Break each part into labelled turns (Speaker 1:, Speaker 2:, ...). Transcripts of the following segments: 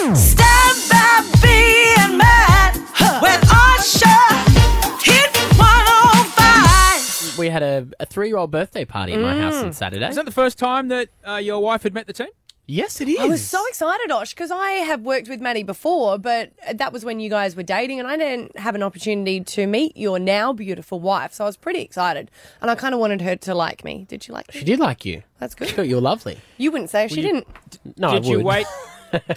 Speaker 1: Stand by being mad when Usher hit 105.
Speaker 2: We had a, a three year old birthday party in my house
Speaker 3: Mm.
Speaker 2: on Saturday.
Speaker 4: Mm. Is that the first time that uh, your wife had met the team?
Speaker 2: yes, it is.
Speaker 5: I was so excited, Osh, because I have worked with Maddie before, but that was when you guys were dating, and I didn't have an opportunity to meet your now beautiful wife. So I was pretty excited, and I kind of wanted her to like me. Did she like me?
Speaker 2: She did like you.
Speaker 5: That's
Speaker 2: She
Speaker 5: good.
Speaker 2: thought you were lovely.
Speaker 5: You wouldn't say she didn't.
Speaker 2: No,
Speaker 4: Did
Speaker 2: I would.
Speaker 4: you wait?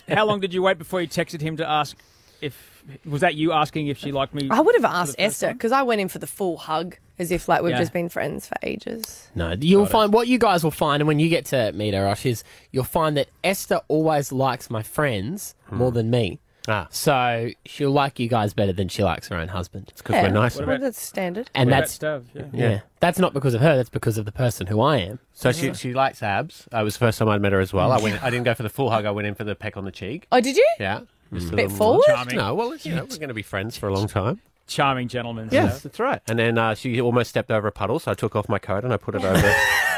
Speaker 4: How long did you wait before you texted him to ask if was that you asking if she liked me?
Speaker 5: I would have asked Esther because I went in for the full hug, as if like we've
Speaker 4: Yeah.
Speaker 5: just been friends for ages.
Speaker 2: No, you'll find what you guys will find, and when you get to meet her, Rush, is you'll find that Esther always likes my friends more than
Speaker 3: Hmm.
Speaker 2: me.
Speaker 3: Ah.
Speaker 2: So she'll like you guys better than she likes her own husband.
Speaker 3: because we're nicer.
Speaker 5: Well, that's standard.
Speaker 2: And
Speaker 4: What about
Speaker 2: that's
Speaker 4: Stav? Yeah.
Speaker 2: yeah. That's not because of her, that's because of the person who I am.
Speaker 3: So she, she likes abs. Uh, It was the first time I'd met her as well. I went. I didn't go for the full hug. I went in for the peck on the cheek.
Speaker 5: Oh, did you?
Speaker 3: Yeah, just a
Speaker 5: Bit
Speaker 3: little-
Speaker 5: forward?
Speaker 4: Charming.
Speaker 3: No, well, you know, we're going to be friends for a long time.
Speaker 4: Charming gentleman.
Speaker 3: Yes, that's right. And then uh, she almost stepped over a puddle, so I took off my coat and I put it over the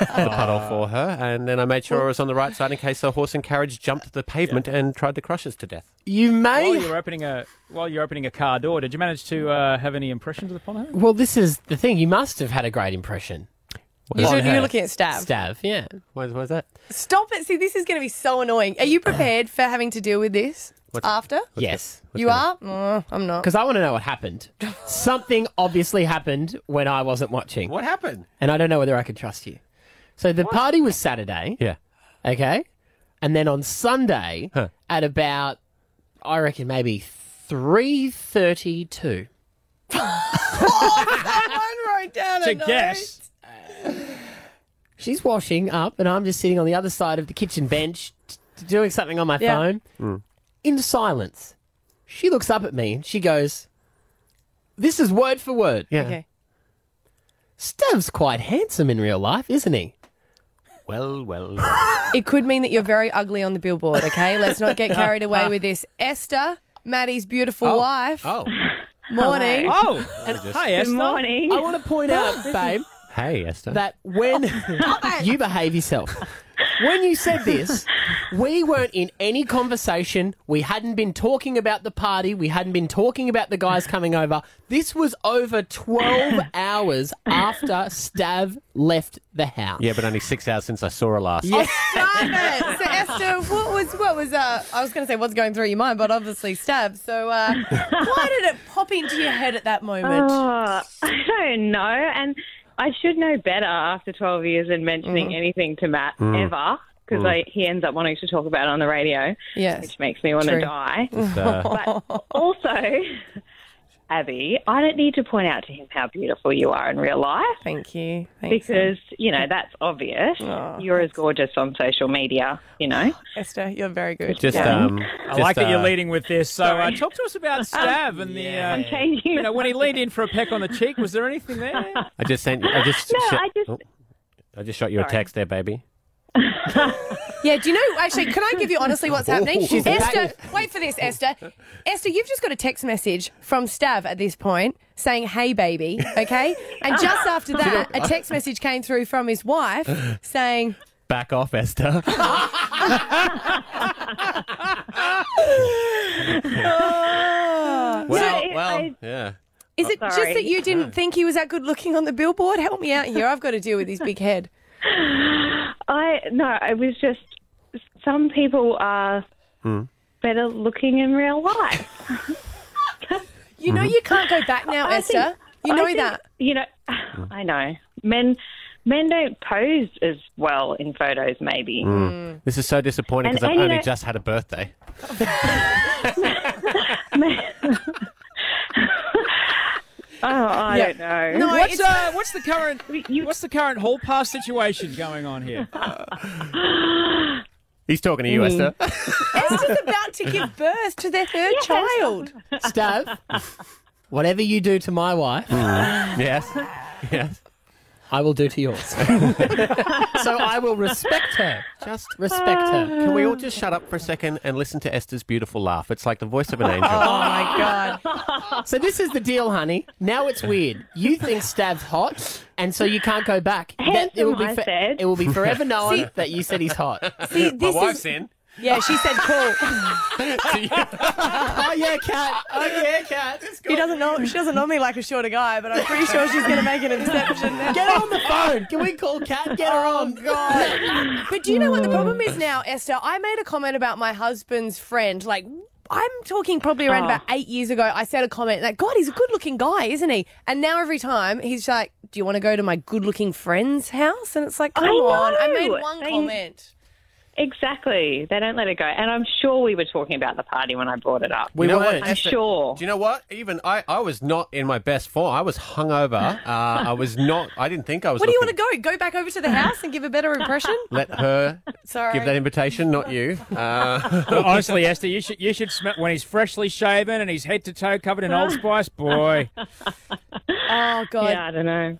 Speaker 3: puddle for her. And then I made sure I was on the right side in case the horse and carriage jumped the pavement and tried to crush us to death.
Speaker 2: You
Speaker 4: While
Speaker 2: may
Speaker 4: you're opening a while you're opening a car door, did you manage to uh, have any impressions upon her?
Speaker 2: Well, this is the thing, you must have had a great impression.
Speaker 5: You
Speaker 2: on
Speaker 5: should-
Speaker 2: her.
Speaker 5: you're looking at Stav.
Speaker 2: Stav, yeah.
Speaker 3: What was that?
Speaker 5: Stop it. See, this is going to be so annoying. Are you prepared for having to deal with this after?
Speaker 2: yes.
Speaker 5: you are? Mm, I'm not.
Speaker 2: Because I want to know what happened. Something obviously happened when I wasn't watching.
Speaker 3: What happened?
Speaker 2: and I don't know whether I can trust you. So the party was Saturday,
Speaker 3: Yeah.
Speaker 2: okay, and then on Sunday
Speaker 3: Huh.
Speaker 2: at about I reckon maybe three thirty-two.
Speaker 5: Someone wrote down
Speaker 4: To
Speaker 5: a note.
Speaker 4: guess.
Speaker 2: She's washing up, and I'm just sitting on the other side of the kitchen bench, t- t- doing something on my
Speaker 5: Yeah.
Speaker 2: phone. In silence, she looks up at me and she goes, "This is word for word.
Speaker 3: Yeah.
Speaker 5: Okay.
Speaker 2: Stav's quite handsome in real life, isn't he?"
Speaker 3: Well, well. well.
Speaker 5: It could mean that you're very ugly on the billboard, okay? Let's not get carried away with this. Esther, Maddie's beautiful wife.
Speaker 3: oh,
Speaker 5: Morning.
Speaker 4: Oh, hi Esther.
Speaker 6: Good morning.
Speaker 2: I want to point out, babe,
Speaker 3: hey, Esther.
Speaker 2: that when you behave yourself. When you said this, we weren't in any conversation. We hadn't been talking about the party. We hadn't been talking about the guys coming over. This was over 12 hours after Stav left the house.
Speaker 3: yeah, but only six hours since I saw her last.
Speaker 2: Yeah.
Speaker 5: Stop it. So Esther, what was what was uh I was gonna say what's going through your mind, but obviously stab. So uh why did it pop into your head at that moment?
Speaker 6: Oh, I don't know. And I should know better after 12 years and mentioning
Speaker 5: Mm.
Speaker 6: anything to Matt ever because he ends up wanting to talk about it on the radio,
Speaker 5: yes.
Speaker 6: which makes me want
Speaker 5: True.
Speaker 6: to die.
Speaker 3: Uh,
Speaker 6: But also, Abby, I don't need to point out to him how beautiful you are in real life.
Speaker 5: Thank you. Thanks. Oh,
Speaker 6: Because, you know, that's obvious. You're as gorgeous on social media, you know.
Speaker 5: Esther, you're very good.
Speaker 3: just,
Speaker 5: Yeah.
Speaker 3: um,
Speaker 4: I like that you're leading
Speaker 3: leading.
Speaker 4: with this. So uh, talk to us about Stav and the. Uh,
Speaker 6: I'm changing
Speaker 4: You
Speaker 6: the
Speaker 4: know, when he leaned in for a peck on the cheek, was there anything there?
Speaker 3: I just sent. I just.
Speaker 6: No,
Speaker 3: sho-
Speaker 6: I just-
Speaker 3: Oh. I just shot you a text there, baby.
Speaker 5: Yeah, do you know, actually, can I give you honestly what's happening?
Speaker 2: She's
Speaker 5: Esther, wait for this, Esther. Esther, you've just got a text message from Stav at this point saying, hey, baby, okay? And just after that, a text message came through from his wife saying,
Speaker 3: Back off, Esther.
Speaker 5: oh.
Speaker 3: well,
Speaker 6: it-
Speaker 3: well,
Speaker 6: I-
Speaker 3: yeah.
Speaker 5: Is it just
Speaker 6: oh, Sorry.
Speaker 5: that you didn't think he was that good looking on the billboard? Help me out here. I've got to deal with his big head.
Speaker 6: I no, it was just some people are
Speaker 4: Hmm.
Speaker 6: better looking in real life.
Speaker 5: You know, you can't go back now,
Speaker 6: I think-
Speaker 5: Esther. You know
Speaker 6: I think,
Speaker 5: that.
Speaker 6: You know, I know men. Men don't pose as well in photos, maybe.
Speaker 3: Hmm.
Speaker 4: Hmm.
Speaker 3: This is so disappointing
Speaker 6: And-
Speaker 3: because I've
Speaker 6: and you
Speaker 3: only
Speaker 6: know-
Speaker 3: just had a birthday.
Speaker 6: Oh, I
Speaker 5: Yeah.
Speaker 6: don't know.
Speaker 5: No,
Speaker 4: What's
Speaker 5: it's-
Speaker 4: uh, what's the current
Speaker 6: You-
Speaker 4: what's the current hall pass situation going on here?
Speaker 3: He's talking to you,
Speaker 6: Mm.
Speaker 3: Esther.
Speaker 5: Esther's about to give birth to their third child.
Speaker 2: Stav, whatever you do to my wife,
Speaker 3: Mm. yes. Yes.
Speaker 2: I will do to yours. so I will respect her. Just respect her.
Speaker 3: Can we all just shut up for a second and listen to Esther's beautiful laugh? It's like the voice of an angel.
Speaker 5: Oh, my God.
Speaker 2: So this is the deal, honey. Now it's weird. You think Stav's hot, and so you can't go back.
Speaker 6: Handsome,
Speaker 2: it will be
Speaker 6: I said.
Speaker 2: It will be forever known that you said he's hot.
Speaker 5: See, this is,
Speaker 3: in.
Speaker 5: Yeah, she said cool.
Speaker 2: oh yeah, cat. Oh yeah, cat.
Speaker 5: he doesn't know. She doesn't normally like a shorter guy, but I'm pretty sure she's gonna make an exception. now.
Speaker 2: Get her on the phone. Can we call Cat? Get her on.
Speaker 5: God. But do you know what the problem is now, Esther? I made a comment about my husband's friend. Like, I'm talking probably around about
Speaker 2: Oh.
Speaker 5: eight years ago. I said a comment like, God, he's a good looking guy, isn't he? And now every time he's like, Do you want to go to my good looking friend's house? And it's like, Come on. I made
Speaker 6: know.
Speaker 5: one
Speaker 6: They-
Speaker 5: comment.
Speaker 6: Exactly. They don't let it go. And I'm sure we were talking about the party when I brought it up.
Speaker 2: We
Speaker 3: know what?
Speaker 2: weren't.
Speaker 6: I'm sure.
Speaker 3: Do you know what? Even I, I was not in my best form. I was hungover. Uh, I was not. I didn't think I was.
Speaker 5: What do you want
Speaker 3: looking-
Speaker 5: to go? Go back over to the house and give a better impression?
Speaker 3: Let her
Speaker 5: Sorry.
Speaker 3: give that invitation, not you. Uh,
Speaker 4: But honestly, Esther, you should you should smell when he's freshly shaven and he's head to toe covered in Old Spice. Boy,
Speaker 5: oh, God.
Speaker 6: yeah, I don't know.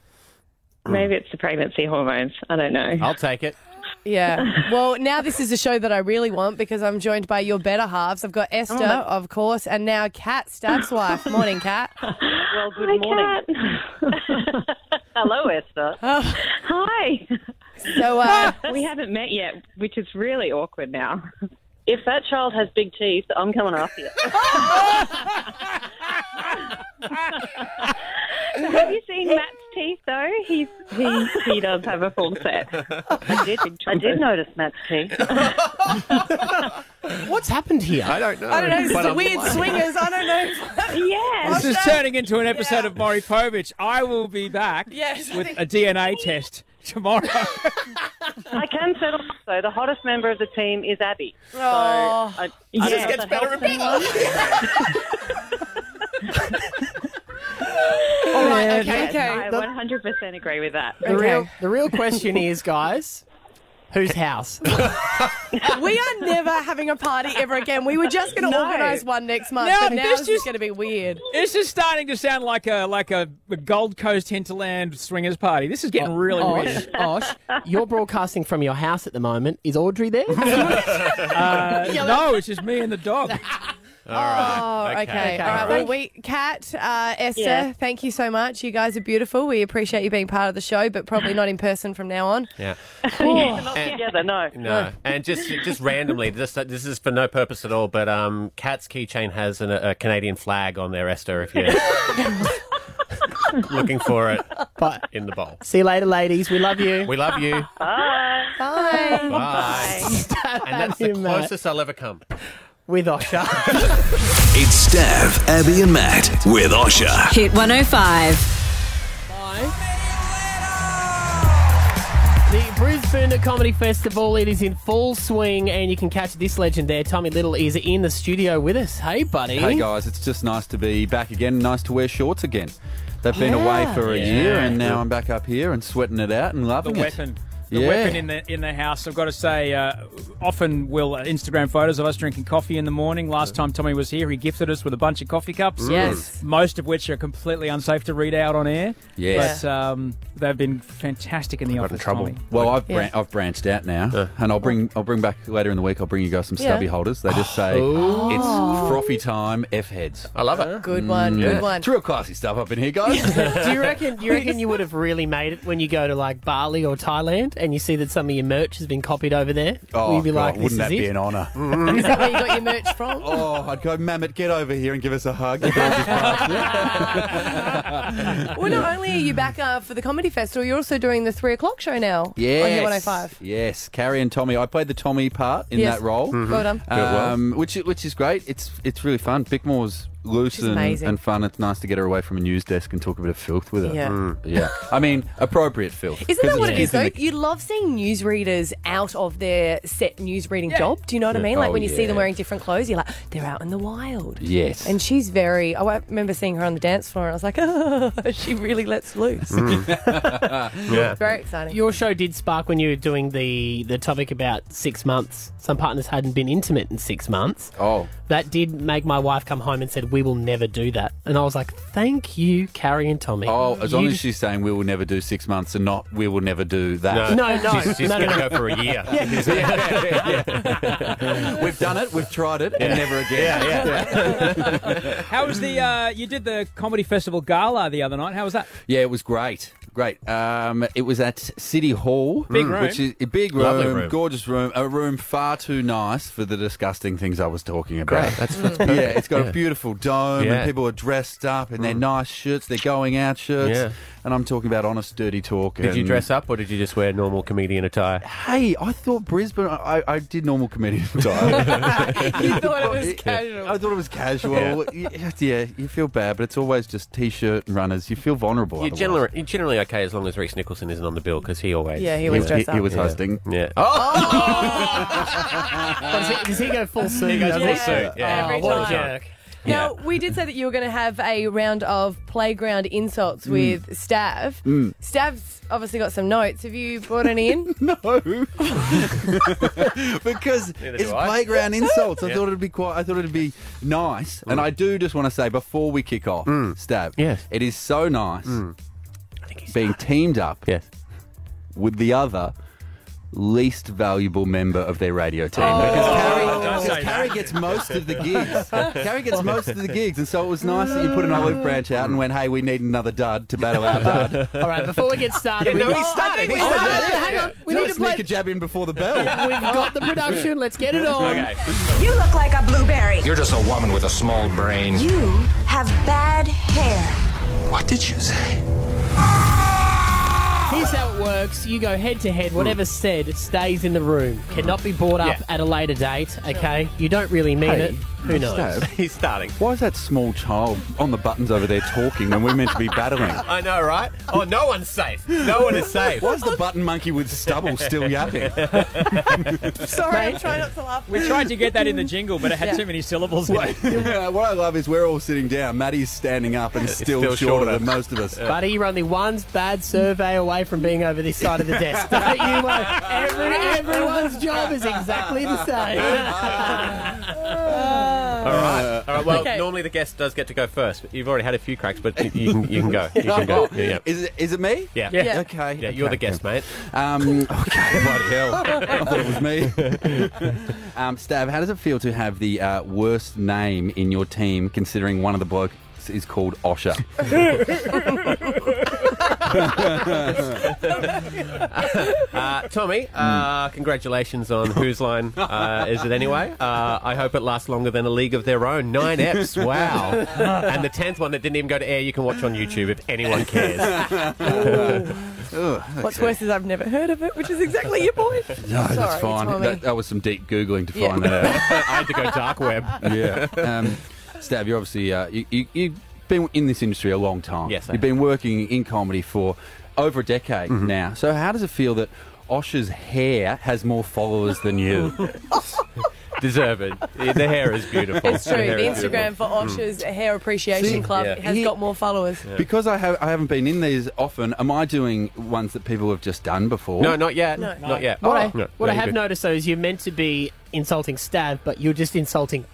Speaker 6: Maybe it's the pregnancy hormones. I don't know.
Speaker 3: I'll take it.
Speaker 5: Yeah. Well, now this is a show that I really want because I'm joined by your better halves. I've got Esther, of course, and now Kat, Stab's wife. Morning, Kat.
Speaker 7: Well, good
Speaker 6: Hi,
Speaker 7: morning.
Speaker 6: Kat.
Speaker 7: Hello, Esther.
Speaker 6: Hi.
Speaker 5: Oh. So, uh,
Speaker 6: We haven't met yet, which is really awkward now.
Speaker 7: If that child has big teeth, I'm coming after you.
Speaker 6: Have you seen Matt's teeth though? He's he he does have a full set.
Speaker 7: I did, I did notice Matt's teeth.
Speaker 2: What's happened here?
Speaker 3: I don't know.
Speaker 5: I don't know. This
Speaker 3: But
Speaker 5: is a
Speaker 3: I'm-
Speaker 5: weird swingers. I don't know.
Speaker 6: Yeah.
Speaker 4: this is turning into an episode of Maury Povich. I will be back
Speaker 5: Yes.
Speaker 4: with a DNA test tomorrow.
Speaker 7: I can settle. So the hottest member of the team is Abby.
Speaker 5: Oh.
Speaker 7: I,
Speaker 6: Yeah.
Speaker 7: I don't know
Speaker 6: This
Speaker 7: if that helps anyone.
Speaker 2: All right.
Speaker 5: okay.
Speaker 6: I 100% agree with that.
Speaker 2: The
Speaker 5: Okay.
Speaker 2: real the real question is, guys, whose house?
Speaker 5: We are never having a party ever again. We were just going to organise one next month,
Speaker 4: No,
Speaker 5: but now
Speaker 4: this
Speaker 5: this is
Speaker 4: just-
Speaker 5: going to be weird.
Speaker 4: this is starting to sound like a like a, a Gold Coast hinterland swingers party. This is
Speaker 3: Oh,
Speaker 4: getting really
Speaker 2: Osh,
Speaker 4: weird.
Speaker 2: Osh, you're broadcasting from your house at the moment. Is Audrey there?
Speaker 4: Uh, no, it's just me and the dog.
Speaker 5: Oh, okay.
Speaker 3: okay.
Speaker 5: All right. Well, we, Kat, uh, Esther,
Speaker 7: Yeah.
Speaker 5: thank you so much. You guys are beautiful. We appreciate you being part of the show, but probably not in person from now on.
Speaker 3: Yeah.
Speaker 7: Together, no.
Speaker 3: No, and just just randomly, this this is for no purpose at all. But um, Cat's keychain has an, a Canadian flag on there, Esther. If you're looking for it,
Speaker 2: But
Speaker 3: in the bowl.
Speaker 2: see you later, ladies. We love you.
Speaker 3: We love you.
Speaker 5: Bye.
Speaker 3: Bye. And that's the
Speaker 2: You, mate.
Speaker 3: closest I'll ever come.
Speaker 2: With Osha.
Speaker 8: It's Stav, Abby, and Matt with Osha.
Speaker 9: Hit 105.
Speaker 2: The Brisbane Comedy Festival, it is in full swing, and you can catch this legend there. Tommy Little is in the studio with us. Hey, buddy.
Speaker 10: Hey guys, it's just nice to be back again. Nice to wear shorts again. They've been away for a year, and now I'm back up here and sweating it out and
Speaker 4: the
Speaker 10: loving it.
Speaker 4: weapon. The
Speaker 10: Yeah.
Speaker 4: weapon in the in the house. I've got to say, uh, often we'll uh, Instagram photos of us drinking coffee in the morning. Last time Tommy was here, he gifted us with a bunch of coffee cups.
Speaker 10: Mm.
Speaker 5: Yes.
Speaker 4: most of which are completely unsafe to read out on air.
Speaker 10: Yes.
Speaker 4: but um, they've been fantastic in the office. Tommy.
Speaker 10: Well, I've
Speaker 5: Yeah.
Speaker 10: bran- I've branched out now, and I'll bring I'll bring back later in the week. I'll bring you guys some stubby
Speaker 5: Yeah.
Speaker 10: holders. They just say it's frothy time. F heads. Mm.
Speaker 3: I love it.
Speaker 5: Good one. Good one.
Speaker 10: It's real classy stuff up in here, guys.
Speaker 2: Do you reckon? Do you reckon you would have really made it when you go to like Bali or Thailand and you see that some of your merch has been copied over there?
Speaker 10: Oh,
Speaker 2: Will you be
Speaker 10: God,
Speaker 2: like, this
Speaker 10: wouldn't
Speaker 2: is
Speaker 10: that
Speaker 2: it?
Speaker 10: be an honour?
Speaker 5: Is that where you got your merch from?
Speaker 10: oh, I'd go, Mammoth, get over here and give us a hug. If I was past you."
Speaker 5: Well, not only are you back uh, for the comedy festival, you're also doing the three o'clock show now.
Speaker 10: Yes.
Speaker 5: On oh Hit 105.
Speaker 10: Yes, Carrie and Tommy. I played the Tommy part in
Speaker 5: Yes. Mm-hmm.
Speaker 10: that role.
Speaker 5: Well done.
Speaker 10: Um, which which is great. It's it's really fun. Bickmore's loose
Speaker 5: She's
Speaker 10: and,
Speaker 5: amazing.
Speaker 10: and fun. It's nice to get her away from a news desk and talk a bit of filth with her.
Speaker 5: Yeah.
Speaker 3: Mm.
Speaker 10: yeah. I mean, appropriate filth.
Speaker 5: Isn't
Speaker 10: 'Cause
Speaker 5: that what it
Speaker 10: it's
Speaker 5: is, though?
Speaker 10: in the-
Speaker 5: You love seeing newsreaders out of their set newsreading job. Do you know what I mean? Like
Speaker 10: Oh,
Speaker 5: when you see them
Speaker 10: yeah.
Speaker 5: wearing different clothes, you're like, they're out in the wild.
Speaker 10: Yes.
Speaker 5: And she's very. Oh, I remember seeing her on the dance floor, and I was like, oh, she really lets loose.
Speaker 10: Mm.
Speaker 3: Yeah.
Speaker 5: Very exciting.
Speaker 2: Your show did spark when you were doing the the topic about six months. Some partners hadn't been intimate in six months.
Speaker 10: oh,
Speaker 2: That did make my wife come home and said, "We will never do that." And I was like, "Thank you, Carrie and Tommy."
Speaker 10: oh, as
Speaker 2: You
Speaker 10: long as
Speaker 2: just-
Speaker 10: she's saying we will never do six months and not we will never do that.
Speaker 2: No, no,
Speaker 3: She's, she's
Speaker 2: no, no,
Speaker 3: gonna
Speaker 2: no.
Speaker 3: go for a year.
Speaker 10: We've done it. We've tried it, and never again. Yeah, yeah.
Speaker 4: How was the? Uh, you did the comedy festival gala the other night. How was that?
Speaker 10: Yeah, it was great. Great. Um, it was at City Hall.
Speaker 4: Big room.
Speaker 10: Mm. Which is a big room,
Speaker 3: Lovely room.
Speaker 10: gorgeous room, a room far too nice for the disgusting things I was talking about.
Speaker 3: Great. That's- that's
Speaker 10: yeah,
Speaker 3: perfect.
Speaker 10: it's got
Speaker 3: Yeah.
Speaker 10: a beautiful dome
Speaker 3: Yeah. Mm.
Speaker 10: and people are dressed up in their nice shirts, their going out shirts.
Speaker 3: Yeah.
Speaker 10: And I'm talking about honest, dirty talk.
Speaker 3: Did you dress up or did you just wear normal comedian attire?
Speaker 10: Hey, I thought Brisbane, I, I did normal comedian time.
Speaker 5: you thought it was
Speaker 10: I
Speaker 5: casual.
Speaker 10: thought it was casual. Yeah. yeah, you feel bad, but it's always just t shirt and runners. You feel vulnerable.
Speaker 3: You're
Speaker 10: otherwise.
Speaker 3: generally, you're generally okay as long as Reese Nicholson isn't on the bill because he always.
Speaker 5: Yeah, he
Speaker 10: He
Speaker 5: always
Speaker 10: was, he,
Speaker 5: dressed
Speaker 10: he
Speaker 5: up.
Speaker 10: was hosting. Oh!
Speaker 3: Yeah.
Speaker 5: Uh,
Speaker 2: Does he, does he go full suit? He
Speaker 3: goes
Speaker 2: goes
Speaker 3: full
Speaker 2: yeah.
Speaker 3: suit. Yeah.
Speaker 5: Every
Speaker 2: what
Speaker 5: time.
Speaker 2: a jerk.
Speaker 5: Now, we did say that you were going to have a round of playground insults with Stav. Stav's obviously got some notes. Have you brought any in?
Speaker 10: No, because
Speaker 3: Neither
Speaker 10: it's
Speaker 3: do I.
Speaker 10: playground insults. I thought it'd be quite. I thought it'd be nice, and I do just want to say before we kick off,
Speaker 2: Mm.
Speaker 10: Stab.
Speaker 3: Yes.
Speaker 10: it is so nice being teamed up
Speaker 3: Yes.
Speaker 10: with the other least valuable member of their radio team.
Speaker 2: Oh.
Speaker 4: Oh, don't
Speaker 10: because Carrie,
Speaker 4: say
Speaker 10: because Carrie gets most of the gigs.
Speaker 2: Oh.
Speaker 10: Carrie gets most of the gigs, and so it was nice that you put an olive branch out and went, "Hey, we need another dud to battle our dud."
Speaker 2: All right, before we get started,
Speaker 3: no,
Speaker 2: we-
Speaker 3: he started. He
Speaker 2: Oh,
Speaker 3: started.
Speaker 2: no, hang on. We
Speaker 10: Don't
Speaker 2: need to
Speaker 10: sneak
Speaker 2: play.
Speaker 10: a jab in before the bell.
Speaker 2: We've got the production. Let's get it on.
Speaker 1: You look like a blueberry.
Speaker 9: You're just a woman with a small brain.
Speaker 1: You have bad hair.
Speaker 9: What did you say?
Speaker 2: Here's how it works. You go head to head. Whatever's said stays in the room. Cannot be brought up at a later date, okay? You don't really mean
Speaker 10: Hey,
Speaker 2: it. Who knows?
Speaker 10: Stab.
Speaker 3: He's starting.
Speaker 10: Why is that small child on the buttons over there talking when we're meant to be battling?
Speaker 3: I know, right? Oh, no one's safe. No one is safe.
Speaker 10: Why is the button monkey with stubble still yapping?
Speaker 5: Sorry, I'm trying not to laugh.
Speaker 4: We tried to get that in the jingle, but it had
Speaker 5: Yeah.
Speaker 4: too many syllables. In it.
Speaker 10: Yeah, what I love is we're all sitting down. Maddie's standing up and still,
Speaker 3: still
Speaker 10: shorter,
Speaker 3: shorter.
Speaker 10: than most of us.
Speaker 2: Buddy, you're only one bad survey away from being over this side of the desk. Don't you worry. Every, everyone's job is exactly the same.
Speaker 3: All
Speaker 10: Uh,
Speaker 3: right. All right. Well,
Speaker 5: Okay.
Speaker 3: normally the guest does get to go first, but you've already had a few cracks, but you, you, can, you can go. You can go. Yeah. Yeah.
Speaker 10: Is it, is it me?
Speaker 3: yeah.
Speaker 2: Yeah.
Speaker 10: Okay.
Speaker 3: Yeah, you're the
Speaker 10: okay.
Speaker 3: guest, mate.
Speaker 10: Um, okay, bloody hell. I thought it was me. um, Stav, how does it feel to have the uh, worst name in your team considering one of the blokes is called Osher?
Speaker 3: Uh, Tommy, uh, congratulations on Whose Line uh, Is It Anyway? Uh, I hope it lasts longer than A League of Their Own. Nine eps, wow. and the tenth one that didn't even go to air, you can watch on YouTube if anyone cares.
Speaker 5: What's worse is I've never heard of it, which is exactly your point.
Speaker 10: No,
Speaker 5: Sorry,
Speaker 10: that's fine.
Speaker 5: Tommy.
Speaker 10: That, that was some deep Googling to
Speaker 5: Yeah.
Speaker 10: find that out.
Speaker 3: I had to go dark web.
Speaker 10: Yeah. Um, Stab, you're obviously uh, you, you, you've been in this industry a long time.
Speaker 3: Yes, I Mm-hmm.
Speaker 10: you've been working in comedy for over a decade now. So how does it feel that Osher's hair has more followers than you?
Speaker 3: Deserved. The hair is beautiful.
Speaker 5: It's true. The
Speaker 3: hair is
Speaker 5: Instagram for Osha's Hair Appreciation
Speaker 10: See,
Speaker 5: Club
Speaker 3: yeah.
Speaker 5: has
Speaker 10: he-
Speaker 5: got more followers.
Speaker 3: Mm.
Speaker 10: because I have I haven't been in these often. Am I doing ones that people have just done before?
Speaker 3: No, not yet. Not yet.
Speaker 2: What, I,
Speaker 3: No, no,
Speaker 2: what I
Speaker 3: you're
Speaker 2: have
Speaker 3: Oh. good.
Speaker 2: noticed though is you're meant to be insulting Stab, but you're just insulting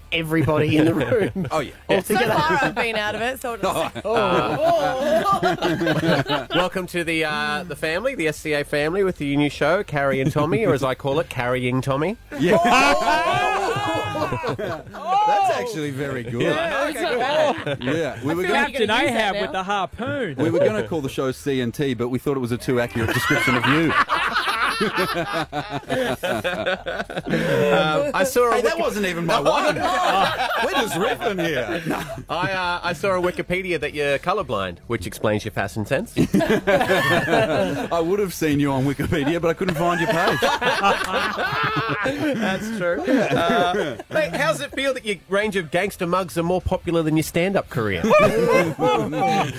Speaker 2: everybody in the room.
Speaker 10: Oh yeah.
Speaker 5: So far, I've been out of it. So I'll just,
Speaker 3: Welcome to the uh, the family, the SCA family, with the new show, Carrie and Tommy, or as I call it, Carrying Tommy.
Speaker 10: That's actually very good. Yeah,
Speaker 5: it's not bad.
Speaker 10: we were
Speaker 5: feel
Speaker 10: going.
Speaker 5: like-
Speaker 4: Captain
Speaker 5: gonna use that
Speaker 4: Ahab
Speaker 5: now?
Speaker 4: with the harpoon.
Speaker 10: We were going to call the show C and T, but we thought it was a too accurate description of you.
Speaker 3: Um, I saw a
Speaker 10: Hey, that
Speaker 3: Wiki-
Speaker 10: wasn't even my one. We're just riffing here.
Speaker 3: I, uh, I saw a Wikipedia that you're colorblind, which explains your fashion sense.
Speaker 10: I would have seen you on Wikipedia, but I couldn't find your page.
Speaker 3: That's true. Uh, mate, how's it feel that your range of gangster mugs are more popular than your stand-up career?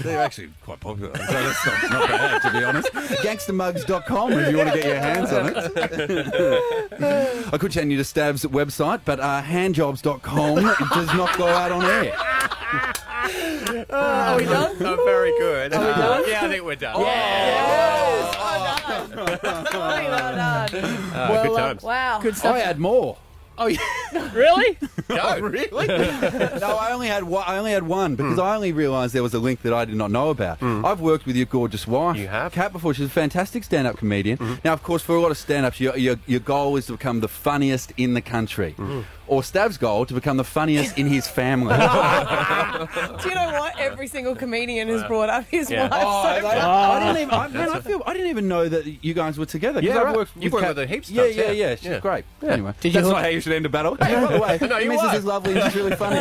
Speaker 10: They're actually quite popular. So that's not, not bad, to be honest. Gangstermugs.com if you want to get your hands on it. I could send you to Stav's website, but uh, handjobs.com does not go out on air.
Speaker 3: are we done? Oh, very good. Are we done? yeah, I think we're done.
Speaker 5: well done.
Speaker 3: good times.
Speaker 5: Wow.
Speaker 2: Good
Speaker 10: I uh,
Speaker 5: uh,
Speaker 2: stuff.
Speaker 10: had more.
Speaker 2: Oh yeah. Really?
Speaker 3: No,
Speaker 10: really? no, I only had one, I only had one because
Speaker 3: Hmm.
Speaker 10: I only realised there was a link that I did not know about. I've worked with your gorgeous wife, you have. Kat, before. She's a fantastic stand-up comedian.
Speaker 3: Hmm.
Speaker 10: Now, of course, for a lot of stand-ups, your, your, your goal is to become the funniest in the country.
Speaker 3: Hmm.
Speaker 10: Hmm. Or Stav's goal to become the funniest in his family.
Speaker 5: Do you know what? Every single comedian has brought up his
Speaker 3: Yeah.
Speaker 5: wife.
Speaker 10: Oh,
Speaker 5: so
Speaker 10: I,
Speaker 5: much.
Speaker 10: I didn't
Speaker 5: Oh.
Speaker 10: even, I, man, I, feel, I didn't even know that you guys were together. 'cause
Speaker 3: Yeah,
Speaker 10: I've
Speaker 3: right.
Speaker 10: worked
Speaker 3: You've
Speaker 10: with
Speaker 3: worked
Speaker 10: Kat-
Speaker 3: with her heaps of
Speaker 10: Yeah,
Speaker 3: times,
Speaker 10: yeah,
Speaker 3: yeah.
Speaker 10: yeah. She's
Speaker 3: Yeah.
Speaker 10: great. Anyway,
Speaker 2: Did you
Speaker 10: that's
Speaker 2: hook-
Speaker 10: not how you should end a battle. Hey, by the way,
Speaker 3: No, you
Speaker 10: your missus
Speaker 3: won't.
Speaker 10: is lovely and she's really funny.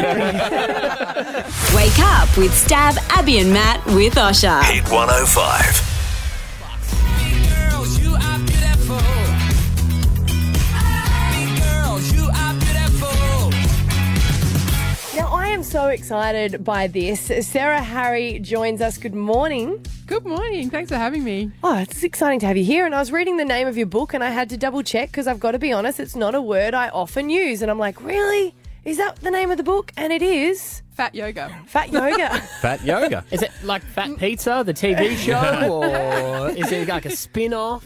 Speaker 11: Wake up with Stab, Abby, and Matt with Osha.
Speaker 8: Hit 105.
Speaker 5: Now, I am so excited by this. Sarah Harry joins us. Good morning.
Speaker 12: Good morning. Thanks for having me.
Speaker 5: Oh, it's exciting to have you here. And I was reading the name of your book and I had to double check because I've got to be honest, it's not a word I often use. And I'm like, really? Is that the name of the book? And it is
Speaker 12: Fat Yoga.
Speaker 5: Fat Yoga.
Speaker 3: Fat yoga.
Speaker 2: Is it like Fat Pizza, the TV show, or is it like a spin off?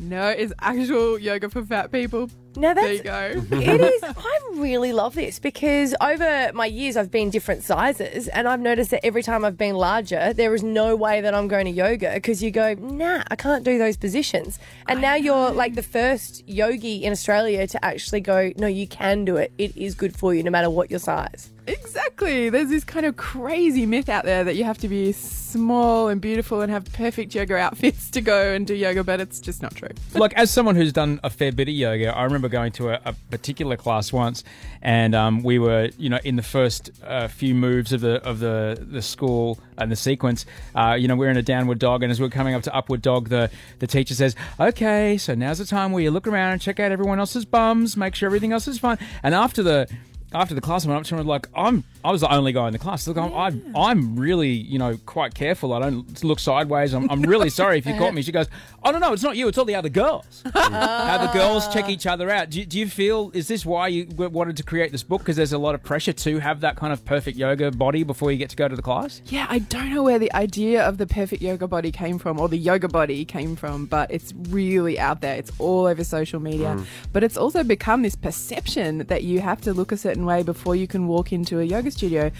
Speaker 12: No, it's actual yoga for fat people.
Speaker 5: Now
Speaker 12: there
Speaker 5: that's
Speaker 12: you go.
Speaker 5: it is. I really love this because over my years, I've been different sizes, and I've noticed that every time I've been larger, there is no way that I'm going to yoga because you go, nah, I can't do those positions. And now you're like the first yogi in Australia to actually go, no, you can do it. It is good for you, no matter what your size.
Speaker 12: Exactly. There's this kind of crazy myth out there that you have to be small and beautiful and have perfect yoga outfits to go and do yoga, but it's just not true.
Speaker 4: Look, as someone who's done a fair bit of yoga, I remember going to a, a particular class once, and um, we were, you know, in the first uh, few moves of the of the the school and the sequence. Uh, you know, we're in a downward dog, and as we're coming up to upward dog, the the teacher says, "Okay, so now's the time where you look around and check out everyone else's bums, make sure everything else is fine." And after the after the class, I went up to her and like, I'm, I was the only guy in the class. Look, I'm, I'm, I'm really, you know, quite careful. I don't look sideways. I'm, I'm really sorry if you caught me. She goes, oh no, no, it's not you. It's all the other girls. How the girls check each other out. Do, you- do you feel? Is this why you w- wanted to create this book? Because there's a lot of pressure to have that kind of perfect yoga body before you get to go to the class.
Speaker 12: Yeah, I don't know where the idea of the perfect yoga body came from or the yoga body came from, but it's really out there. It's all over social media. But it's also become this perception that you have to look a certain way before you can walk into a yoga studio.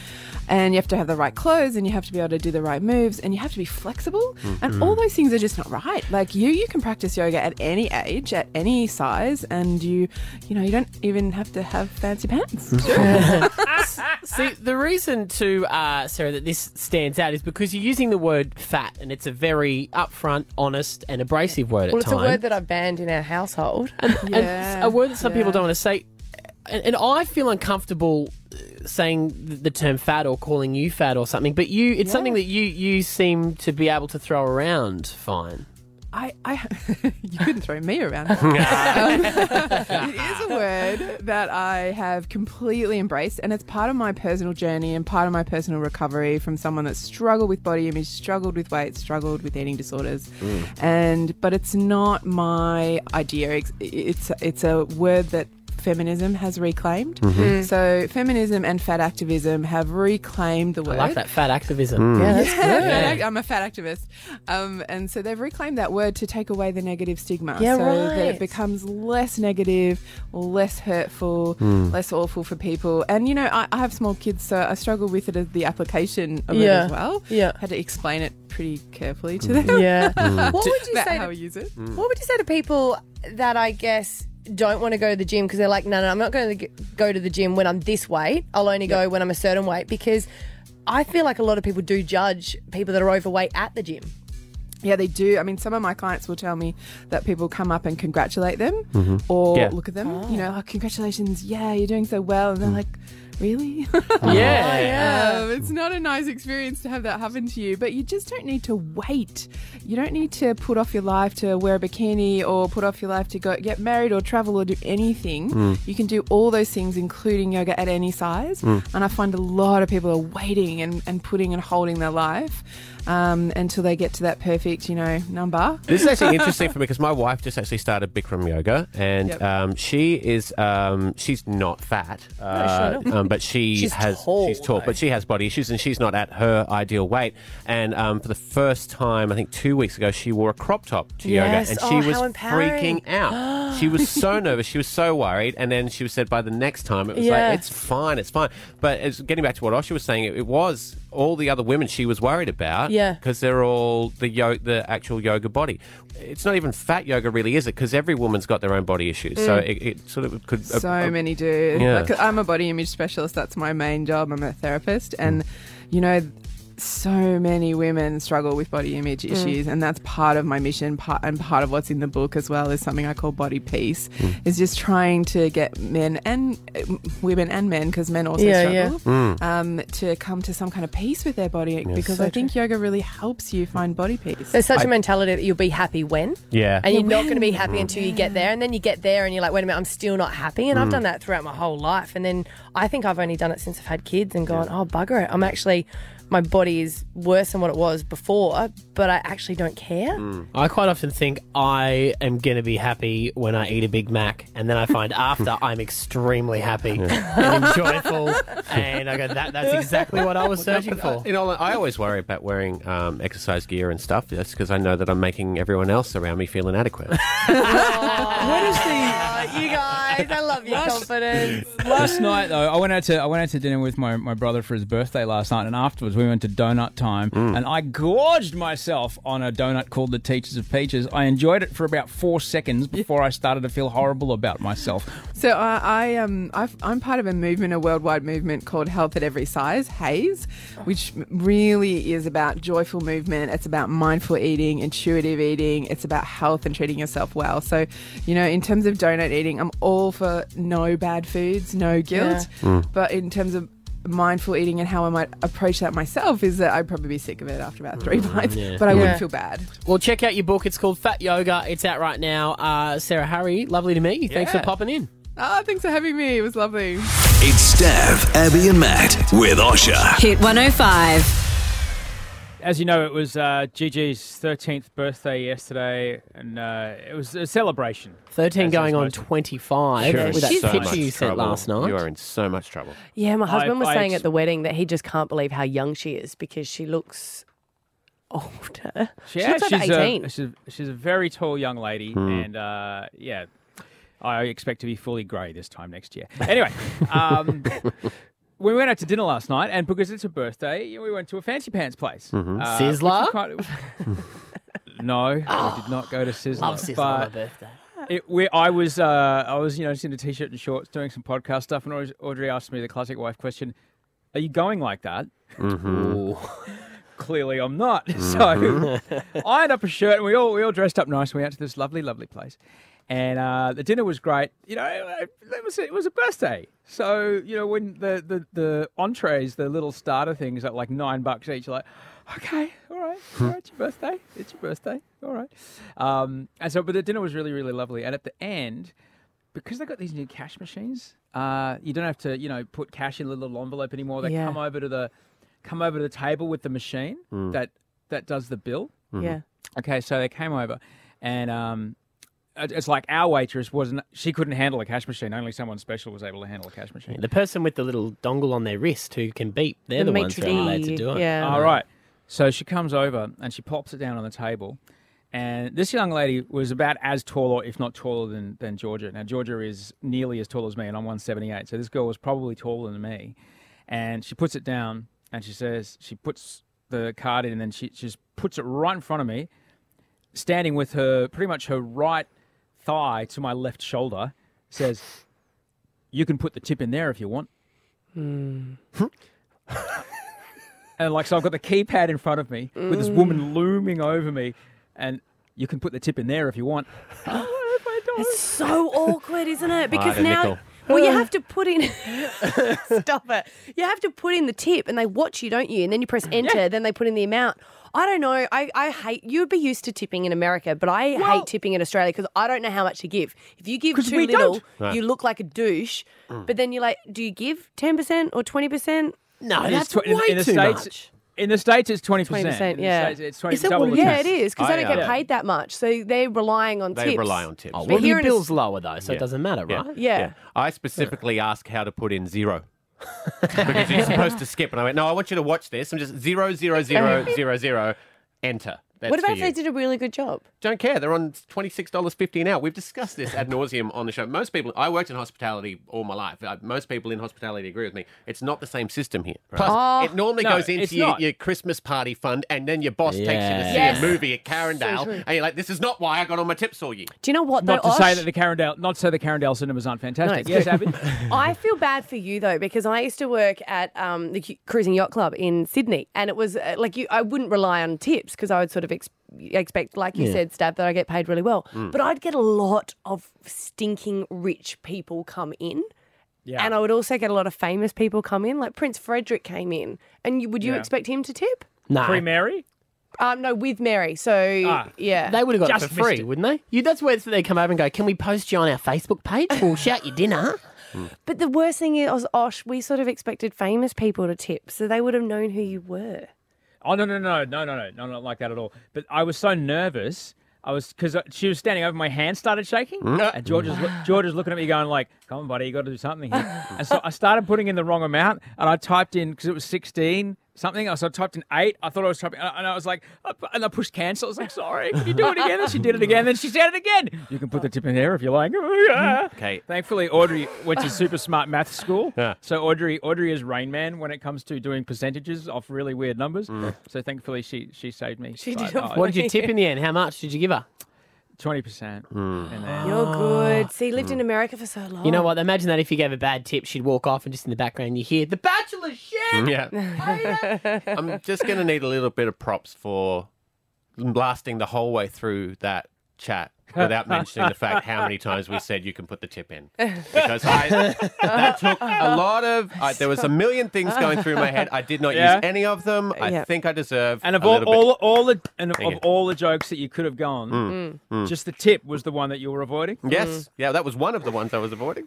Speaker 12: And you have to have the right clothes and you have to be able to do the right moves and you have to be flexible. And all those things are just not right. Like you you can practice yoga at any age, at any size, and you you know, you don't even have to have fancy pants.
Speaker 2: See, the reason to uh, Sarah that this stands out is because you're using the word fat, and it's a very upfront, honest, and abrasive word
Speaker 5: Well,
Speaker 2: at
Speaker 5: it's
Speaker 2: times.
Speaker 5: a word that I've banned in our household.
Speaker 2: and a word that some people don't want to say. And, and I feel uncomfortable uh, saying th- the term fat or calling you fat or something, but you it's something that you you seem to be able to throw around fine.
Speaker 12: I, I you couldn't throw me around. Um, it is a word that I have completely embraced, and it's part of my personal journey and part of my personal recovery from someone that struggled with body image, struggled with weight, struggled with eating disorders,
Speaker 2: Mm.
Speaker 12: and but it's not my idea. It's it's, it's a word that feminism has reclaimed.
Speaker 2: Mm-hmm.
Speaker 12: So feminism and fat activism have reclaimed the word.
Speaker 2: I like that fat activism.
Speaker 5: Yeah, that's good.
Speaker 12: Fat act- I'm a fat activist. Um, and so they've reclaimed that word to take away the negative stigma
Speaker 5: Yeah,
Speaker 12: so that
Speaker 5: right.
Speaker 12: it becomes less negative, less hurtful, less awful for people. And, you know, I, I have small kids, so I struggle with it as the application of it
Speaker 5: Yeah.
Speaker 12: as well.
Speaker 5: Yeah.
Speaker 12: Had to explain it pretty carefully to them.
Speaker 5: Yeah. What would you
Speaker 12: about
Speaker 5: say?
Speaker 12: how
Speaker 5: to-
Speaker 12: I use it.
Speaker 5: What would you say to people that I guess don't want to go to the gym because they're like, no, no, I'm not going to go to the gym when I'm this weight. I'll only go when I'm a certain weight because I feel like a lot of people do judge people that are overweight at the gym.
Speaker 12: Yeah, they do. I mean, some of my clients will tell me that people come up and congratulate them
Speaker 13: Mm-hmm.
Speaker 12: or
Speaker 2: Yeah.
Speaker 12: look at them,
Speaker 5: Ah.
Speaker 12: you know, oh, congratulations, yeah, you're doing so well. And they're like, really?
Speaker 5: Oh,
Speaker 2: Yeah.
Speaker 12: Um, it's not a nice experience to have that happen to you, but you just don't need to wait. You don't need to put off your life to wear a bikini or put off your life to go get married or travel or do anything.
Speaker 3: Mm.
Speaker 12: You can do all those things, including yoga at any size.
Speaker 3: Mm.
Speaker 12: And I find a lot of people are waiting and, and putting and holding their life um, until they get to that perfect, you know, number.
Speaker 3: This is actually interesting for me because my wife just actually started Bikram yoga, and
Speaker 12: Yep.
Speaker 3: um, she is um, she's not fat. Uh, um, um, but she
Speaker 14: She's
Speaker 3: has
Speaker 14: tall,
Speaker 3: she's tall, but she has body issues and she's not at her ideal weight. And um, for the first time, I think two weeks ago, she wore a crop top to
Speaker 14: Yes.
Speaker 3: yoga, and
Speaker 14: Oh,
Speaker 3: she was
Speaker 14: how empowering.
Speaker 3: freaking out. she was so nervous, she was so worried, and then she was said by the next time it was
Speaker 14: Yeah.
Speaker 3: like it's fine, it's fine. But it's getting back to what Osha was saying, it, it was all the other women she was worried about,
Speaker 14: Yeah.
Speaker 3: because they're all the yo- the actual yoga body. It's not even fat yoga, really, is it? Because every woman's got their own body issues, so
Speaker 12: Mm.
Speaker 3: it, it sort of could
Speaker 12: so
Speaker 3: uh, uh,
Speaker 12: many do.
Speaker 3: Yeah.
Speaker 12: Like, uh, I'm a body image specialist. That's my main job. I'm a therapist,
Speaker 3: Hmm.
Speaker 12: and you know, so many women struggle with body image
Speaker 5: Hmm.
Speaker 15: Mm.
Speaker 12: issues, and that's part of my mission. Part and part of what's in the book as well is something I call body peace.
Speaker 3: Hmm.
Speaker 12: Is just trying to get men and uh, women and men because men also
Speaker 5: Yeah,
Speaker 12: struggle
Speaker 5: yeah. Mm.
Speaker 12: Um, to come to some kind of peace with their body
Speaker 3: Hmm. Yes.
Speaker 12: because
Speaker 5: So
Speaker 12: I think yoga really helps you find body peace.
Speaker 5: There's such a
Speaker 12: a
Speaker 5: mentality that you'll be happy when.
Speaker 3: Yeah.
Speaker 5: And you're
Speaker 12: Yeah,
Speaker 5: not going to be
Speaker 12: when.
Speaker 5: happy until you get there. And then you get there and you're like, wait a minute, I'm still not happy. And I've
Speaker 12: Mm.
Speaker 5: done that throughout my whole life. And then I think I've only done it since I've had kids and gone, oh, bugger it. I'm actually, my body is worse than what it was before, but I actually don't care.
Speaker 2: I quite often think I am going to be happy when I eat a Big Mac, and then I find after I'm extremely happy and joyful, and I go, that, that's exactly what I was searching for.
Speaker 3: You know, I always worry about wearing um, exercise gear and stuff. That's because I know that I'm making everyone else around me feel inadequate.
Speaker 5: what is the. you guys, I love your confidence.
Speaker 4: Last night though, I went out to I went out to dinner with my, my brother for his birthday last night, and afterwards we went to donut time, and I gorged myself on a donut called the Teachers of Peaches. I enjoyed it for about four seconds before I started to feel horrible about myself.
Speaker 12: So I, I um i I'm part of a movement, a worldwide movement called Health at Every Size (Haze), which really is about joyful movement. It's about mindful eating, intuitive eating. It's about health and treating yourself well. So, you know, in terms of donut eating, I'm all for no bad foods, no guilt.
Speaker 14: Yeah. Mm.
Speaker 12: But in terms of mindful eating and how I might approach that myself is that I'd probably be sick of it after about three
Speaker 2: Mm,
Speaker 12: bites,
Speaker 2: yeah.
Speaker 12: but I
Speaker 2: Yeah.
Speaker 12: wouldn't feel bad.
Speaker 2: Well, check out your book. It's called Fat Yoga. It's out right now. Uh, Sarah Harry, lovely to meet you. Thanks for
Speaker 12: Yeah.
Speaker 2: popping in.
Speaker 12: Oh, thanks for having me. It was lovely.
Speaker 8: It's Stav, Abby, and Matt with Osha.
Speaker 11: Hit 105.
Speaker 16: As you know, it was uh, Gigi's 13th birthday yesterday, and uh, it was a celebration.
Speaker 2: 13
Speaker 16: As
Speaker 2: going
Speaker 16: is
Speaker 2: on
Speaker 16: most-
Speaker 2: 25
Speaker 16: Sure.
Speaker 2: with that
Speaker 16: She's
Speaker 2: picture
Speaker 3: much
Speaker 2: you sent
Speaker 3: trouble.
Speaker 2: last night.
Speaker 3: You are in so much trouble.
Speaker 5: Yeah, my
Speaker 16: I-
Speaker 5: husband was
Speaker 16: I
Speaker 5: saying
Speaker 16: ex-
Speaker 5: at the wedding that he just can't believe how young she is because she looks older. She,
Speaker 16: Yeah,
Speaker 5: looks like
Speaker 16: she's
Speaker 5: 18.
Speaker 16: A, she's, she's a very tall young lady,
Speaker 5: Hmm.
Speaker 16: and uh, yeah, I expect to be fully grey this time next year. Anyway, um, we went out to dinner last night, and because it's her birthday, we went to a fancy pants place. Uh,
Speaker 14: Mhm.
Speaker 16: which is
Speaker 14: Sizzler? Oh,
Speaker 16: kind of- no, I did not go to Sizzler.
Speaker 14: Love Sizzler on my
Speaker 16: but
Speaker 14: birthday.
Speaker 16: It, we, I was, uh, I was, you know, just in a t-shirt and shorts, doing some podcast stuff, and Audrey- Audrey asked me the classic wife question: "Are you going like that?" mm-hmm.
Speaker 2: Mm-hmm.
Speaker 16: Clearly, I'm not. So, I had up a shirt, and we all we all dressed up nice. and We went to this lovely, lovely place, and uh, the dinner was great. You know, it it was it was a birthday, so you know when the the the entrees, the little starter things at like nine bucks each, you're like. Okay, all right, all right, it's your birthday. It's your birthday. All right. Um, and so, but the dinner was really, really lovely. And at the end, because they got these new cash machines, uh, you don't have to, you know, put cash in a little envelope anymore. They
Speaker 14: Yeah.
Speaker 16: come over to the come over to the table with the machine
Speaker 14: Mm.
Speaker 16: that that does the bill.
Speaker 14: Mhm. Yeah.
Speaker 16: Okay, so they came over, and um, it- it's like our waitress wasn't. She couldn't handle a cash machine. Only someone special was able to handle a cash machine.
Speaker 2: The person with the little dongle on their wrist who can beep, they're the, ones that are allowed to do it.
Speaker 16: All right. So she comes over and she pops it down on the table. And this young lady was about as tall, or if not taller, than, than Georgia. Now, Georgia is nearly as tall as me, and I'm 178. So this girl was probably taller than me. And she puts it down and she says, she puts the card in, and then she, she just puts it right in front of me, standing with her pretty much her right thigh to my left shoulder, says, You can put the tip in there if you want. And like, so I've got the keypad in front of me with this
Speaker 5: Mm.
Speaker 16: woman looming over me, and you can put the tip in there if you want.
Speaker 14: It's
Speaker 5: so awkward, isn't it? Because
Speaker 16: Hide a
Speaker 5: now,
Speaker 16: nickel.
Speaker 5: well, you have to put in. Stop it! You have to put in the tip, and they watch you, don't you? And then you press enter, then they put in the amount. I don't know. I, I hate. You'd be used to tipping in America, but I hate tipping in Australia because I don't know how much to give. If you give too
Speaker 16: we
Speaker 5: little,
Speaker 16: don't. Right.
Speaker 5: you look like a douche.
Speaker 16: Mm.
Speaker 5: But then you're like, do you give ten percent or twenty percent?
Speaker 16: It's tw- States, In the states, it's twenty percent.
Speaker 5: 20%, yeah.
Speaker 16: it's twenty.
Speaker 5: Is that
Speaker 16: double
Speaker 5: what
Speaker 16: the uh,
Speaker 5: it is? Yeah, it
Speaker 16: tax.
Speaker 5: is because they don't get paid that much, so they're relying on tips.
Speaker 2: Oh,
Speaker 5: But
Speaker 2: well,
Speaker 5: here
Speaker 2: your
Speaker 5: in Aus-
Speaker 2: bill's lower, though, so it doesn't matter, right?
Speaker 5: Yeah.
Speaker 3: I specifically ask how to put in zero. because you're supposed to skip. And I went, no, I want you to watch this. I'm just zero zero zero zero zero. Enter. That's
Speaker 5: what
Speaker 3: for
Speaker 5: about if
Speaker 3: you.
Speaker 5: they did a really good job?
Speaker 3: Don't care. They're on twenty six dollars fifty an hour. We've discussed this ad nauseum on the show. Most people. I worked in hospitality all my life. Uh, Most people in hospitality agree with me. It's not the same system here. Plus,
Speaker 5: Oh.
Speaker 3: it normally
Speaker 5: No,
Speaker 3: goes
Speaker 5: it's
Speaker 3: into your,
Speaker 5: not.
Speaker 3: your Christmas party fund, and then your boss takes you to see
Speaker 16: Yes.
Speaker 3: a movie at Carindale,
Speaker 16: true.
Speaker 3: and you're like, "This is not why I got on my tips all year."
Speaker 5: Do you know what?
Speaker 16: Not
Speaker 5: though,
Speaker 16: to say
Speaker 5: Osh?
Speaker 16: that the Carindale, not to say the Carindale cinemas aren't fantastic.
Speaker 5: No,
Speaker 16: yes,
Speaker 5: it's
Speaker 16: Abby.
Speaker 5: I feel bad for you though because I used to work at um, the cu- cruising yacht club in Sydney, and it was uh, like you. I wouldn't rely on tips because I would sort of ex- expect, like you
Speaker 15: Yeah.
Speaker 5: said, Stab, that I get paid really well.
Speaker 15: Mm.
Speaker 5: But I'd get a lot of stinking rich people come in.
Speaker 15: Yeah.
Speaker 5: And I would also get a lot of famous people come in, like Prince Frederick came in, and you, would you
Speaker 2: Yeah.
Speaker 5: expect him to tip?
Speaker 2: Nah. Pre
Speaker 16: Mary?
Speaker 5: Um, no, with Mary. So yeah,
Speaker 2: They would have got Ah. it for free, wouldn't they? You, that's where they come over and go, can we post you on our Facebook page? We'll shout you dinner.
Speaker 5: But the worst thing is, Osh, we sort of expected famous people to tip, so they would have known who you were.
Speaker 16: Oh no no no no no no no not like that at all. But I was so nervous. I was because she was standing over. My hand started shaking,
Speaker 4: Mm.
Speaker 16: and George is, loo- George is looking at me, going like, "Come on, buddy, you got to do something." Here. and so I started putting in the wrong amount, and I typed in because it was sixteen something. So I typed in eight. I thought I was typing, uh, and I- and I was like, I pu- and I pushed cancel. I was like, "Sorry, can you do it again?" And she did it again. Then she said it again. You can put the tip in here if you like. Oh,
Speaker 3: Okay.
Speaker 16: Thankfully, Audrey went to super smart math school. So Audrey, Audrey is Rain Man when it comes to doing percentages off really weird numbers.
Speaker 3: Mm.
Speaker 16: So thankfully, she she saved me. She
Speaker 5: did it for
Speaker 2: What did you tip in the end? How much did you give her?
Speaker 16: Twenty percent.
Speaker 5: Mm. You're good. See, lived in America for so long.
Speaker 2: You know what? Imagine that if you gave a bad tip, she'd walk off and just in the background you hear the bachelor shit.
Speaker 3: Yeah. I'm just going to need a little bit of props for lasting the whole way through that chat without mentioning the fact how many times we said you can put the tip in. Because I, that took a lot of. I, there was a million things going through my head. I did not
Speaker 16: Yeah.
Speaker 3: use any of them. I
Speaker 16: Yeah.
Speaker 3: think I deserve.
Speaker 16: And of
Speaker 3: a
Speaker 16: all,
Speaker 3: little bit.
Speaker 16: all all the and of
Speaker 3: Dang it.
Speaker 16: all the jokes that you could have gone,
Speaker 3: Mm. Mm.
Speaker 16: just the tip was the one that you were avoiding.
Speaker 3: Yes. Yeah, that was one of the ones I was avoiding.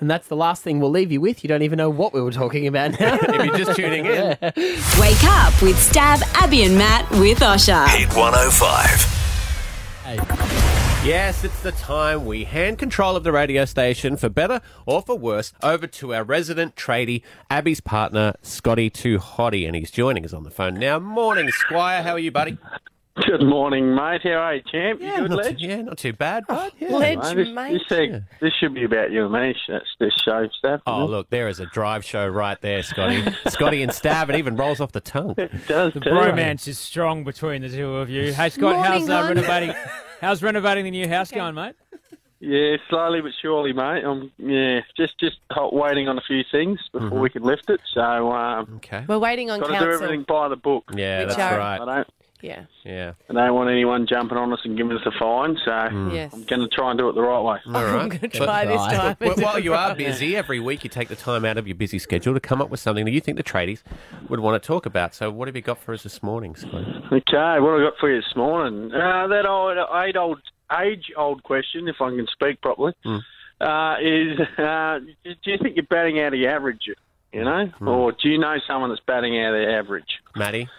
Speaker 2: And that's the last thing we'll leave you with. You don't even know what we were talking about now.
Speaker 3: if you're just tuning in.
Speaker 11: Wake up with Stab, Abby, and Matt with Osha.
Speaker 8: Hit 105.
Speaker 3: Yes, it's the time we hand control of the radio station, for better or for worse, over to our resident tradie, Abby's partner, Scotty Too Hottie, and he's joining us on the phone now. Morning, Squire. How are you, buddy?
Speaker 17: Good morning, mate. How are you, champ?
Speaker 3: Yeah,
Speaker 17: you good,
Speaker 3: not
Speaker 17: Ledge?
Speaker 3: Too, yeah, not too bad, bud. Yeah.
Speaker 17: Mate, Oh, this, This, seg- this should be about you and me. sh- That's this show stuff.
Speaker 3: Oh, look, there is a drive show right there, Scotty. Scotty and Stab, it even rolls off the tongue.
Speaker 17: It does.
Speaker 16: The
Speaker 17: too.
Speaker 16: bromance is strong between the two of you. Hey Scott,
Speaker 17: Morning,
Speaker 16: how's uh,
Speaker 17: hon.
Speaker 16: renovating? How's renovating the new house going, mate?
Speaker 17: Yeah, slowly but surely, mate. I'm yeah, just just hot waiting on a few things before we can lift it. So um,
Speaker 3: Mm-hmm. okay,
Speaker 5: We're waiting on
Speaker 17: Got to do
Speaker 5: council.
Speaker 17: everything by the book.
Speaker 3: Yeah,
Speaker 5: Which that's are- right.
Speaker 17: I don't.
Speaker 5: Yeah.
Speaker 3: Yeah. Mm.
Speaker 17: I don't want anyone jumping on us and giving us a fine. So
Speaker 5: Yes.
Speaker 17: I'm going to try and do it the right way.
Speaker 3: All right. But- Well, while you are busy every week, you take the time out of your busy schedule to come up with something that you think the tradies would want to talk about. So, what have you got for us this morning, Scotty?
Speaker 17: Okay, what I got for you this morning? Uh, that old, age old, age old question, if I can speak properly,
Speaker 3: Mm.
Speaker 17: uh, is uh, do do you think you're batting out of your average? You know,
Speaker 3: Mm.
Speaker 17: or do you know someone that's batting out of their average?
Speaker 3: Maddie.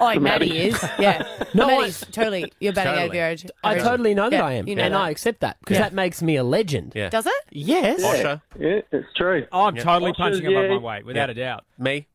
Speaker 5: Oh, Maddie
Speaker 17: Maddie.
Speaker 5: is. Yeah. no, Maddie's totally. You're batting out of
Speaker 2: Totally.
Speaker 5: your age.
Speaker 2: I
Speaker 5: age.
Speaker 2: totally know that
Speaker 5: Yeah,
Speaker 2: I am.
Speaker 5: You know
Speaker 2: and
Speaker 5: that.
Speaker 2: I accept that because
Speaker 5: Yeah.
Speaker 2: that makes me a legend.
Speaker 3: Yeah.
Speaker 5: Does it?
Speaker 2: Yes.
Speaker 3: Osha.
Speaker 17: Yeah, it's true.
Speaker 16: I'm
Speaker 3: Yeah.
Speaker 16: totally
Speaker 3: Osha's-
Speaker 16: punching
Speaker 3: yeah.
Speaker 16: above my weight, without
Speaker 3: Yeah.
Speaker 16: a doubt.
Speaker 3: Me?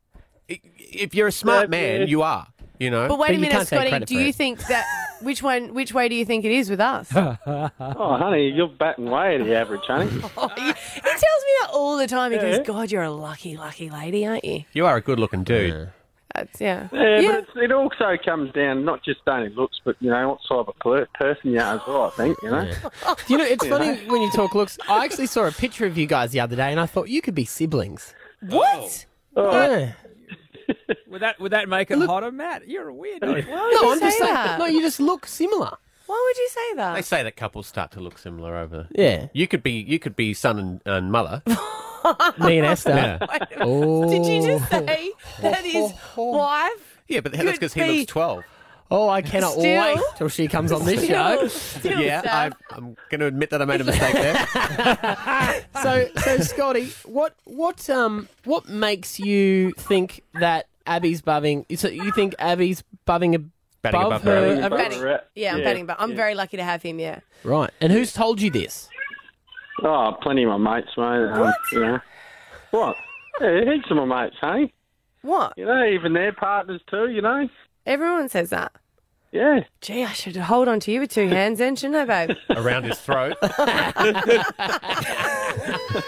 Speaker 3: I- If you're a smart
Speaker 16: Yeah,
Speaker 3: man,
Speaker 16: yeah.
Speaker 3: you are. You know.
Speaker 5: But wait a minute, Scotty. Do you think that which one? Which way do you think it is with us? he
Speaker 17: Oh, honey, you're batting way out of your average, honey.
Speaker 5: tells me that all the time. He
Speaker 17: Yeah.
Speaker 5: goes, "God, you're a lucky, lucky lady, aren't you?"
Speaker 3: You are a good-looking dude.
Speaker 5: That's yeah.
Speaker 17: Yeah, but it's, it also comes down not just only looks, but you know what sort of a per- person you are as well. I think you know.
Speaker 2: You know, it's
Speaker 17: You know?
Speaker 2: funny when you talk looks. I actually saw a picture of you guys the other day and I thought you could be siblings.
Speaker 16: What?
Speaker 2: Oh. Yeah.
Speaker 16: Would that would that make it hotter, Matt? You're a weirdo.
Speaker 5: would
Speaker 2: no,
Speaker 5: you
Speaker 2: I'm just
Speaker 5: say
Speaker 2: saying.
Speaker 5: that?
Speaker 2: No, you just look similar.
Speaker 5: Why would you say that?
Speaker 3: They say that couples start to look similar over.
Speaker 2: Yeah.
Speaker 3: You could be. You could be son and, and mother.
Speaker 2: Me and Esther.
Speaker 3: Yeah.
Speaker 2: Oh.
Speaker 5: Did you just say that his wife?
Speaker 3: Yeah, but that's because he
Speaker 5: Could be-
Speaker 3: looks twelve.
Speaker 2: Oh, I cannot
Speaker 5: Still-
Speaker 2: wait till she comes on this
Speaker 5: Still-
Speaker 2: show.
Speaker 5: still
Speaker 3: yeah,
Speaker 5: sad.
Speaker 3: I, I'm going to admit that I made a mistake there.
Speaker 2: So, so Scotty, what what um what makes you think that Abby's bubbing? So you think Abby's bubbing ab-
Speaker 3: Batting
Speaker 2: above
Speaker 3: above her
Speaker 2: her
Speaker 3: average.
Speaker 2: average?
Speaker 5: Batting- yeah, I'm batting, but I'm very lucky to have him. Yeah.
Speaker 2: Right. And who's told you this?
Speaker 17: Oh, plenty of my mates, mate. What? Um, you know. What? Yeah, heaps of my mates, hey?
Speaker 5: What?
Speaker 17: You know, even their partners too, you know?
Speaker 5: Everyone says that.
Speaker 17: Yeah.
Speaker 5: Gee, I should hold on to you with two hands then, shouldn't I, babe?
Speaker 3: Around his throat.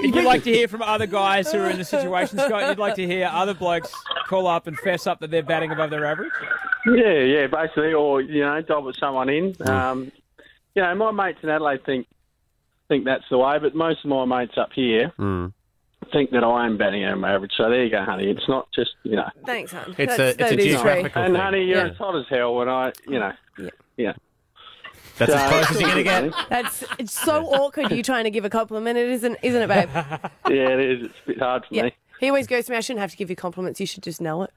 Speaker 4: If you'd like to hear from other guys who are in the situation, Scott, you'd like to hear other blokes call up and fess up that they're batting above their average.
Speaker 17: Yeah, yeah, basically, or you know, dob at someone in.
Speaker 3: Hmm.
Speaker 17: Um, you know, my mates in Adelaide think think that's the way, but most of my mates up here
Speaker 3: Hmm.
Speaker 17: think that I am batting on my average. So there you go, honey. It's not just you know.
Speaker 5: Thanks, hon.
Speaker 3: It's a- it's a
Speaker 5: that is true.
Speaker 3: geographical
Speaker 17: And honey, you're
Speaker 5: Yeah.
Speaker 17: as hot as hell when I, you know,
Speaker 5: yeah.
Speaker 3: That's as
Speaker 17: So-
Speaker 3: close as you're going to get.
Speaker 5: That's it's so awkward you trying to give a compliment, it isn't isn't it, babe?
Speaker 17: yeah, it is. It's a bit hard for
Speaker 5: Yeah.
Speaker 17: me.
Speaker 5: He always goes to me, I shouldn't have to give you compliments, you should just know it.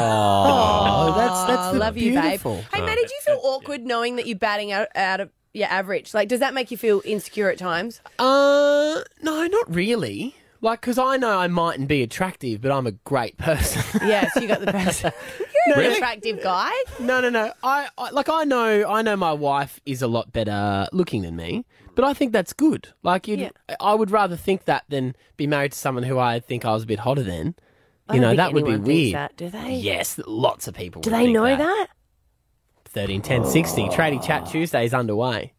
Speaker 17: Oh,
Speaker 5: Aw, love you, babe. Hey, Maddie, do you feel awkward knowing that you're batting out, out of your average? Like, does that make you feel insecure at times?
Speaker 2: Uh, no, not really. Like, because I know I mightn't be attractive, but I'm a great person.
Speaker 5: yes, you got the best. You're an
Speaker 2: Really?
Speaker 5: attractive guy.
Speaker 2: No, no, no. I, I like I know I know my wife is a lot better looking than me, but I think that's good. Like you, would I would rather think that than be married to someone who I think I was a bit hotter than.
Speaker 5: I don't
Speaker 2: You know
Speaker 5: think
Speaker 2: that would be
Speaker 5: anyone thinks
Speaker 2: weird.
Speaker 5: that, do they?
Speaker 2: Yes, lots of people.
Speaker 5: Do
Speaker 2: would
Speaker 5: they
Speaker 2: think
Speaker 5: know
Speaker 2: that.
Speaker 5: that?
Speaker 2: Thirteen ten sixty. Tradie
Speaker 5: Oh.
Speaker 2: chat Tuesday is underway.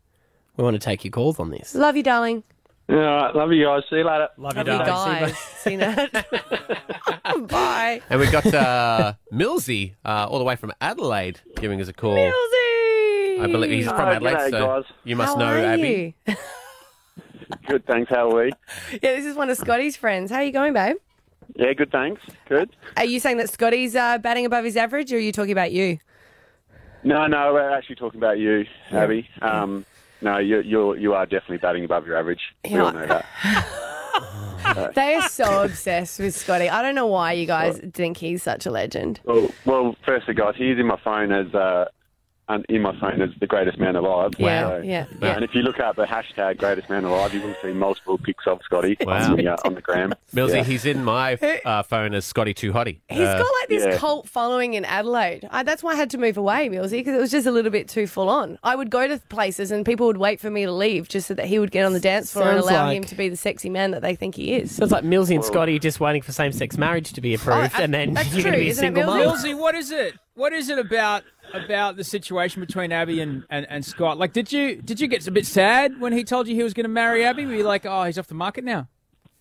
Speaker 2: We want to take your calls on this.
Speaker 5: Love you, darling.
Speaker 17: All right, love you guys. See you later.
Speaker 2: Love
Speaker 5: Love you guys. See that? Bye.
Speaker 3: And we've got uh, Millsy uh, all the way from Adelaide giving us a call.
Speaker 5: Millsy!
Speaker 3: I believe he's from
Speaker 17: Oh,
Speaker 3: Adelaide,
Speaker 17: g'day,
Speaker 3: so
Speaker 17: guys.
Speaker 3: you must
Speaker 5: How
Speaker 3: know
Speaker 5: are
Speaker 3: Abby.
Speaker 5: you?
Speaker 17: Good, thanks. How are we?
Speaker 5: Yeah, this is one of Scotty's friends. How are you going, babe?
Speaker 17: Yeah, good, thanks. Good.
Speaker 5: Are you saying that Scotty's uh, batting above his average, or are you talking about you?
Speaker 17: No, no, we're actually talking about you, Abby. Um, no, you you you are definitely batting above your average. We all know that.
Speaker 5: They are so obsessed with Scotty. I don't know why you guys think he's such a legend.
Speaker 17: Well, well, firstly, guys, he is in my phone as uh, and in my phone as the greatest man alive.
Speaker 5: Yeah, yeah, yeah.
Speaker 17: And if you look up the hashtag greatest man alive, you will see multiple pics of Scotty
Speaker 3: Wow.
Speaker 17: on, the, uh, on the gram.
Speaker 3: Millsy,
Speaker 17: Yeah.
Speaker 3: he's in my uh, phone as Scotty Too Hottie.
Speaker 5: He's got like this cult following in Adelaide. I, that's why I had to move away, Millsy, because it was just a little bit too full on. I would go to places and people would wait for me to leave just so that he would get on the dance floor and
Speaker 2: Sounds
Speaker 5: allow
Speaker 2: like-
Speaker 5: him to be the sexy man that they think he is.
Speaker 2: Sounds like Millsy and Scotty just waiting for same-sex marriage to be approved,
Speaker 5: Oh,
Speaker 2: and then you're going to be a single mum.
Speaker 4: Millsy, what is it? What is it about about the situation between Abby and, and, and Scott? Like, did you did you get a bit sad when he told you he was going to marry Abby? Were you like, oh, he's off the market now?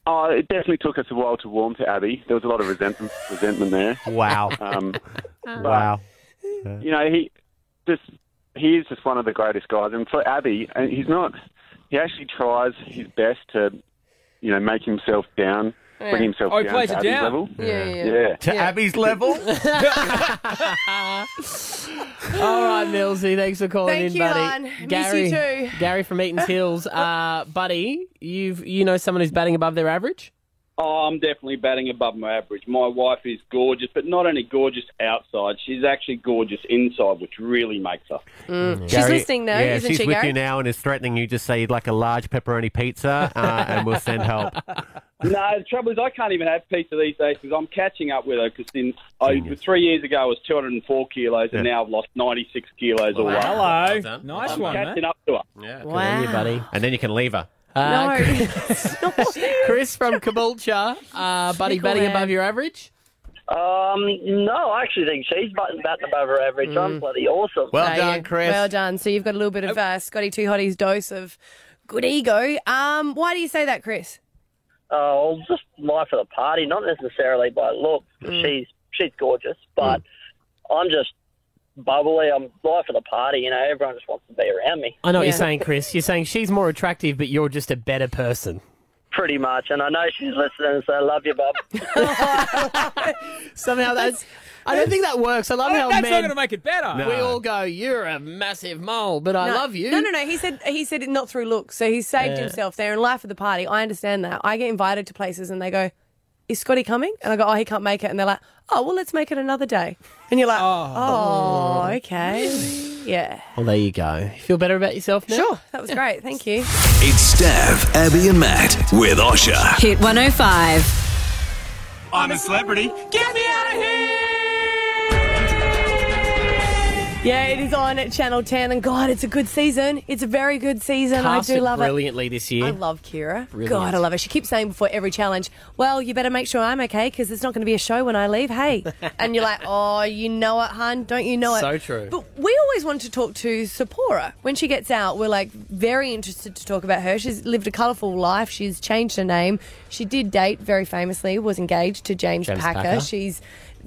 Speaker 17: Oh, it definitely took us a while to warm to Abby. There was a lot of resentment, resentment there.
Speaker 3: Wow.
Speaker 17: Um,
Speaker 3: Wow.
Speaker 17: you know, he just he is just one of the greatest guys. And for Abby, and he's not. He actually tries his best to, you know, make himself down,
Speaker 3: Yeah.
Speaker 17: bring himself
Speaker 3: Oh, he
Speaker 17: down
Speaker 3: plays
Speaker 17: to
Speaker 3: it
Speaker 17: Abby's
Speaker 3: down.
Speaker 17: level.
Speaker 3: Yeah,
Speaker 2: yeah,
Speaker 3: yeah. To
Speaker 2: Abby's level? All
Speaker 16: Oh.
Speaker 2: right, Millsy, thanks for calling
Speaker 5: Thank
Speaker 2: in,
Speaker 5: you, hon.
Speaker 2: buddy.
Speaker 5: Miss you
Speaker 2: Gary,
Speaker 5: too.
Speaker 2: Gary from Eaton's Hills, uh, buddy, you've you know someone who's batting above their average?
Speaker 15: Oh, I'm definitely batting above my average. My wife is gorgeous, but not only gorgeous outside, she's actually gorgeous inside, which really makes her.
Speaker 3: Mm.
Speaker 5: She's listening now,
Speaker 3: yeah,
Speaker 5: isn't
Speaker 3: she's
Speaker 5: she,
Speaker 3: with
Speaker 5: Gary?
Speaker 3: you now and is threatening you. Just say you'd like a large pepperoni pizza, uh, and we'll send help.
Speaker 15: No, the trouble is I can't even have pizza these days because I'm catching up with her. Because in I, three years ago I was 204 kilos, and
Speaker 3: Yeah.
Speaker 15: now I've lost 96 kilos. or
Speaker 3: Wow.
Speaker 15: whatever.
Speaker 3: Hello. Well Nice
Speaker 15: I'm
Speaker 3: one,
Speaker 15: Catching
Speaker 3: mate.
Speaker 15: up to her.
Speaker 3: Yeah.
Speaker 15: Good on you, Wow. buddy.
Speaker 3: And then you can leave her.
Speaker 2: Uh, Chris from Caboolture, uh, buddy, batting
Speaker 18: Nickelhead.
Speaker 2: above your average?
Speaker 18: Um, no, I actually think she's batting, batting above her average.
Speaker 2: Mm.
Speaker 18: I'm bloody awesome.
Speaker 5: There you- Well done. So you've got a little bit
Speaker 2: Oh.
Speaker 5: of uh, Scotty Two Hotties dose of good
Speaker 18: Uh,
Speaker 5: ego. Um, why do you say that, Chris?
Speaker 18: Oh, just life of the party, not necessarily by look.
Speaker 2: Mm.
Speaker 18: She's she's gorgeous, but I'm just bubbly. I'm life of the party. You know, everyone just wants to be around me.
Speaker 2: I know what you're saying, Chris. You're saying she's more attractive, but you're just a better person.
Speaker 18: Pretty much, and I know she's listening, so I love you, bub.
Speaker 2: Somehow that's. I don't think that works. I love
Speaker 18: I-
Speaker 2: how
Speaker 18: that's not
Speaker 2: men.
Speaker 18: gonna make
Speaker 4: it better.
Speaker 2: We
Speaker 4: No.
Speaker 2: all go, "You're a massive mole," but I
Speaker 5: No.
Speaker 2: love you.
Speaker 5: No, no, no. He said he said it not through looks. So he saved
Speaker 2: Yeah.
Speaker 5: himself there in life of the party. I understand that. I get invited to places and they go, "Is Scotty coming?" And I go, "Oh, he can't make it." And they're like, "Oh, well, let's make it another day." And you're like, "Oh, okay, yeah."
Speaker 2: Well, there you go. Feel better about yourself now. Sure.
Speaker 5: That was great. Thank you.
Speaker 8: It's Stav, Abby, and Matt with Osha.
Speaker 11: Hit 105.
Speaker 8: I'm a celebrity.
Speaker 11: Get me out of here!
Speaker 5: Yeah, it is on at Channel 10, and God, it's a good season. It's a very good season.
Speaker 2: Cast
Speaker 5: I do love
Speaker 2: brilliantly this
Speaker 5: it.
Speaker 2: year.
Speaker 5: I love Kira.
Speaker 2: Brilliant.
Speaker 5: God, I love her. She keeps saying before every challenge, "Well, you better make sure I'm okay because there's not going to be a show when I leave." Hey, and you're like, "Oh, you know it, hun. Don't you know it?"
Speaker 2: So true.
Speaker 5: But we always want to talk to Sapora when she gets out. We're like very interested to talk about her. She's lived a colourful life. She's changed her name. She did date very famously. Was engaged to James,
Speaker 13: James
Speaker 5: Packer.
Speaker 13: Packer.
Speaker 5: She's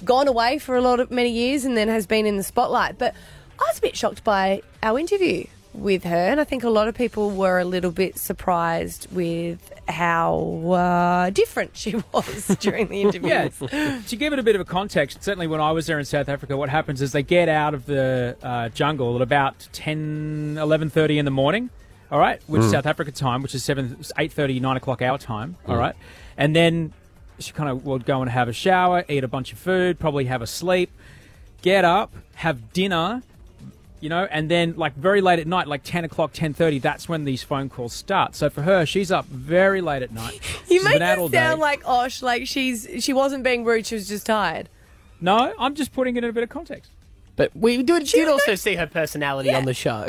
Speaker 5: gone away for a lot of many years and then has been in the spotlight. But I was a bit shocked by our interview with her, and I think a lot of people were a little bit surprised with how uh, different she was during the interview.
Speaker 4: Yeah. to give it a bit of a context, certainly when I was there in South Africa, what happens is they get out of the uh, jungle at about 10, 11.30 in the morning, all right, which is
Speaker 16: Mm.
Speaker 4: South Africa time, which is 7, 8.30, 9 o'clock our time, all
Speaker 16: Mm.
Speaker 4: right? And then she kind of would go and have a shower, eat a bunch of food, probably have a sleep, get up, have dinner, you know and then like very late at night like 10 o'clock 10.30 that's when these phone calls start so for her she's up very late at night
Speaker 5: You
Speaker 4: She's
Speaker 5: make
Speaker 4: been out all
Speaker 5: it
Speaker 4: day.
Speaker 5: sound like Osh, like she's she wasn't being rude. She was just tired.
Speaker 4: No, I'm just putting it in a bit of context.
Speaker 2: But we did, did also see her personality on the show.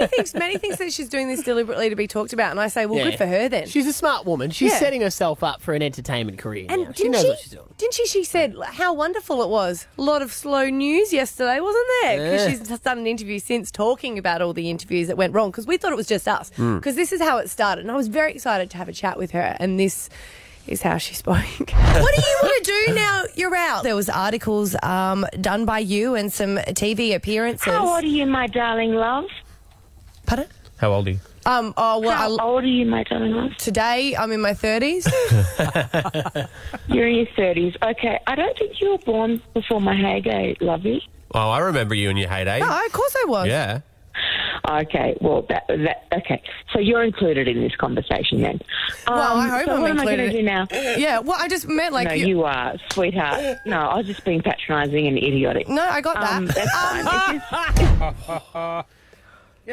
Speaker 5: Many things, many things that she's doing this deliberately to be talked about, and I say, well,
Speaker 2: Yeah.
Speaker 5: good for her then.
Speaker 2: She's a smart woman. She's
Speaker 5: Yeah.
Speaker 2: setting herself up for an entertainment career.
Speaker 5: And
Speaker 2: now.
Speaker 5: didn't
Speaker 2: She knows what she's doing.
Speaker 5: Didn't she? She said like, how wonderful it was. A lot of slow news yesterday, wasn't there? Because
Speaker 2: Yeah.
Speaker 5: she's just done an interview since talking about all the interviews that went wrong. Because we thought it was just us.
Speaker 2: Mm.
Speaker 5: Because this is how it started, and I was very excited to have a chat with her. And this is how she spoke. what do you want to do now? You're out. There was articles um, done by you and some TV appearances.
Speaker 13: How old are you, my darling love?
Speaker 3: How old are you?
Speaker 5: Um. Oh well.
Speaker 13: How
Speaker 5: old are you, my darling? Today, I'm in my thirties.
Speaker 13: You're in your thirties. Okay, I don't think you were born before my heyday, lovey.
Speaker 3: Oh, I remember you in your heyday.
Speaker 13: No, of
Speaker 5: course I was.
Speaker 3: Yeah.
Speaker 13: Okay, well that, that okay. So you're included in this conversation then.
Speaker 5: well, I
Speaker 13: Um,
Speaker 5: hope
Speaker 13: so
Speaker 5: I'm
Speaker 13: what am I
Speaker 5: included.
Speaker 13: going to do now?
Speaker 5: Yeah. Well, I just meant like
Speaker 13: no, you... are, sweetheart. No, I was just being patronising and idiotic.
Speaker 5: No, I got
Speaker 13: Um,
Speaker 5: that. Ah.
Speaker 13: that's fine.
Speaker 16: yeah,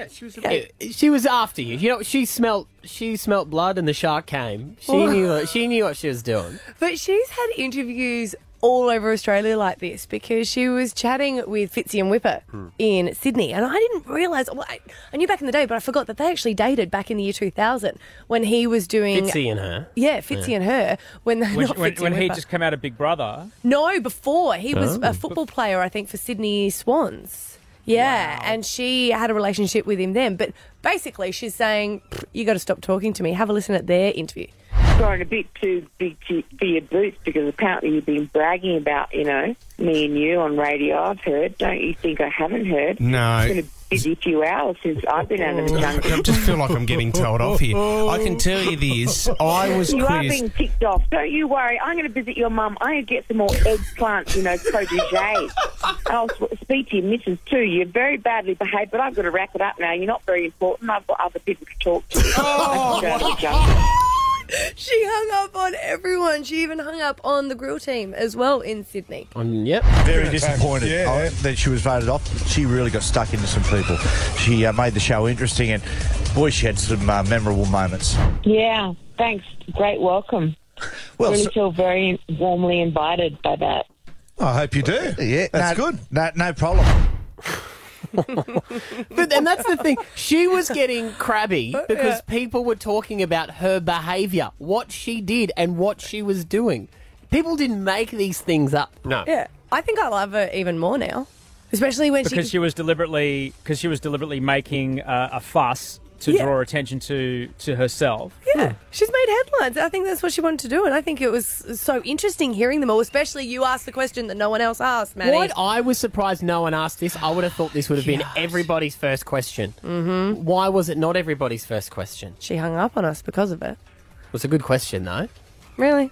Speaker 16: she was.
Speaker 2: Yeah, She was after you. You know, she smelt she smelt blood, and the shark came. She knew what, she knew what she was doing.
Speaker 5: But she's had interviews all over Australia like this because she was chatting with Fitzy and Whipper
Speaker 2: Hmm.
Speaker 5: in Sydney, and I didn't realise. Well, I, I knew back in the day, but I forgot that they actually dated back in the year 2000 when he was doing
Speaker 4: Fitzy and her.
Speaker 5: Yeah, Fitzy
Speaker 4: Yeah.
Speaker 5: and her when they,
Speaker 4: When,
Speaker 5: not
Speaker 4: when,
Speaker 5: Fitzy
Speaker 4: when
Speaker 5: and
Speaker 4: he
Speaker 5: Whipper.
Speaker 4: just came out of Big Brother,
Speaker 5: No, before he was
Speaker 4: Oh.
Speaker 5: a football player, I think, for Sydney Swans. Yeah, and she had a relationship with him then. But basically, she's saying, "Pfft, "You got to stop talking to me. Have a listen at their interview."
Speaker 13: growing a bit too big to, for your boots because apparently you've been bragging about, you know, me and you on radio. I've heard. Don't you think I haven't heard?
Speaker 19: No.
Speaker 13: It's been a busy few hours since I've been out of the jungle.
Speaker 19: I just feel like I'm getting told off here. I can tell you this. I was
Speaker 13: you are
Speaker 19: quizzed.
Speaker 13: being ticked off. Don't you worry. I'm going to visit your mum. I'm going to get some more eggplant, you know, protege. I'll sw- speak to your missus too. You're very badly behaved, but I've got to wrap it up now. You're not very important. I've got other people to talk to. I can go to the jungle.
Speaker 5: She hung up on everyone. She even hung up on the grill team as well in Sydney.
Speaker 20: Um,
Speaker 2: yep.
Speaker 20: Very disappointed uh, that she was voted off. She really got stuck into some people. She uh, made the show interesting, and boy, she had some uh, memorable moments.
Speaker 13: Yeah, thanks. Great welcome.
Speaker 20: Well,
Speaker 13: really
Speaker 20: so-
Speaker 13: feel very warmly invited by that.
Speaker 20: I hope you do. Yeah,
Speaker 13: That's
Speaker 20: no, good. No, no problem.
Speaker 2: But, and that's the thing. She was getting crabby because people were talking about her behaviour, what she did, and what she was doing. People didn't make these things up.
Speaker 3: No.
Speaker 5: Yeah, I think I love her even more now, especially when
Speaker 4: because she was deliberately because she was deliberately making uh, a fuss to
Speaker 5: Yeah.
Speaker 4: draw attention to to herself.
Speaker 5: Yeah, she's made headlines. I think that's what she wanted to do, and I think it was so interesting hearing them all. Especially you asked the question that no one else asked, Maddie.
Speaker 2: What I was surprised no one asked this. I would have thought this would have been everybody's first question. Mm-hmm. Why was it not everybody's first question?
Speaker 5: She hung up on us because of it.
Speaker 2: It was a good question though.
Speaker 5: Really?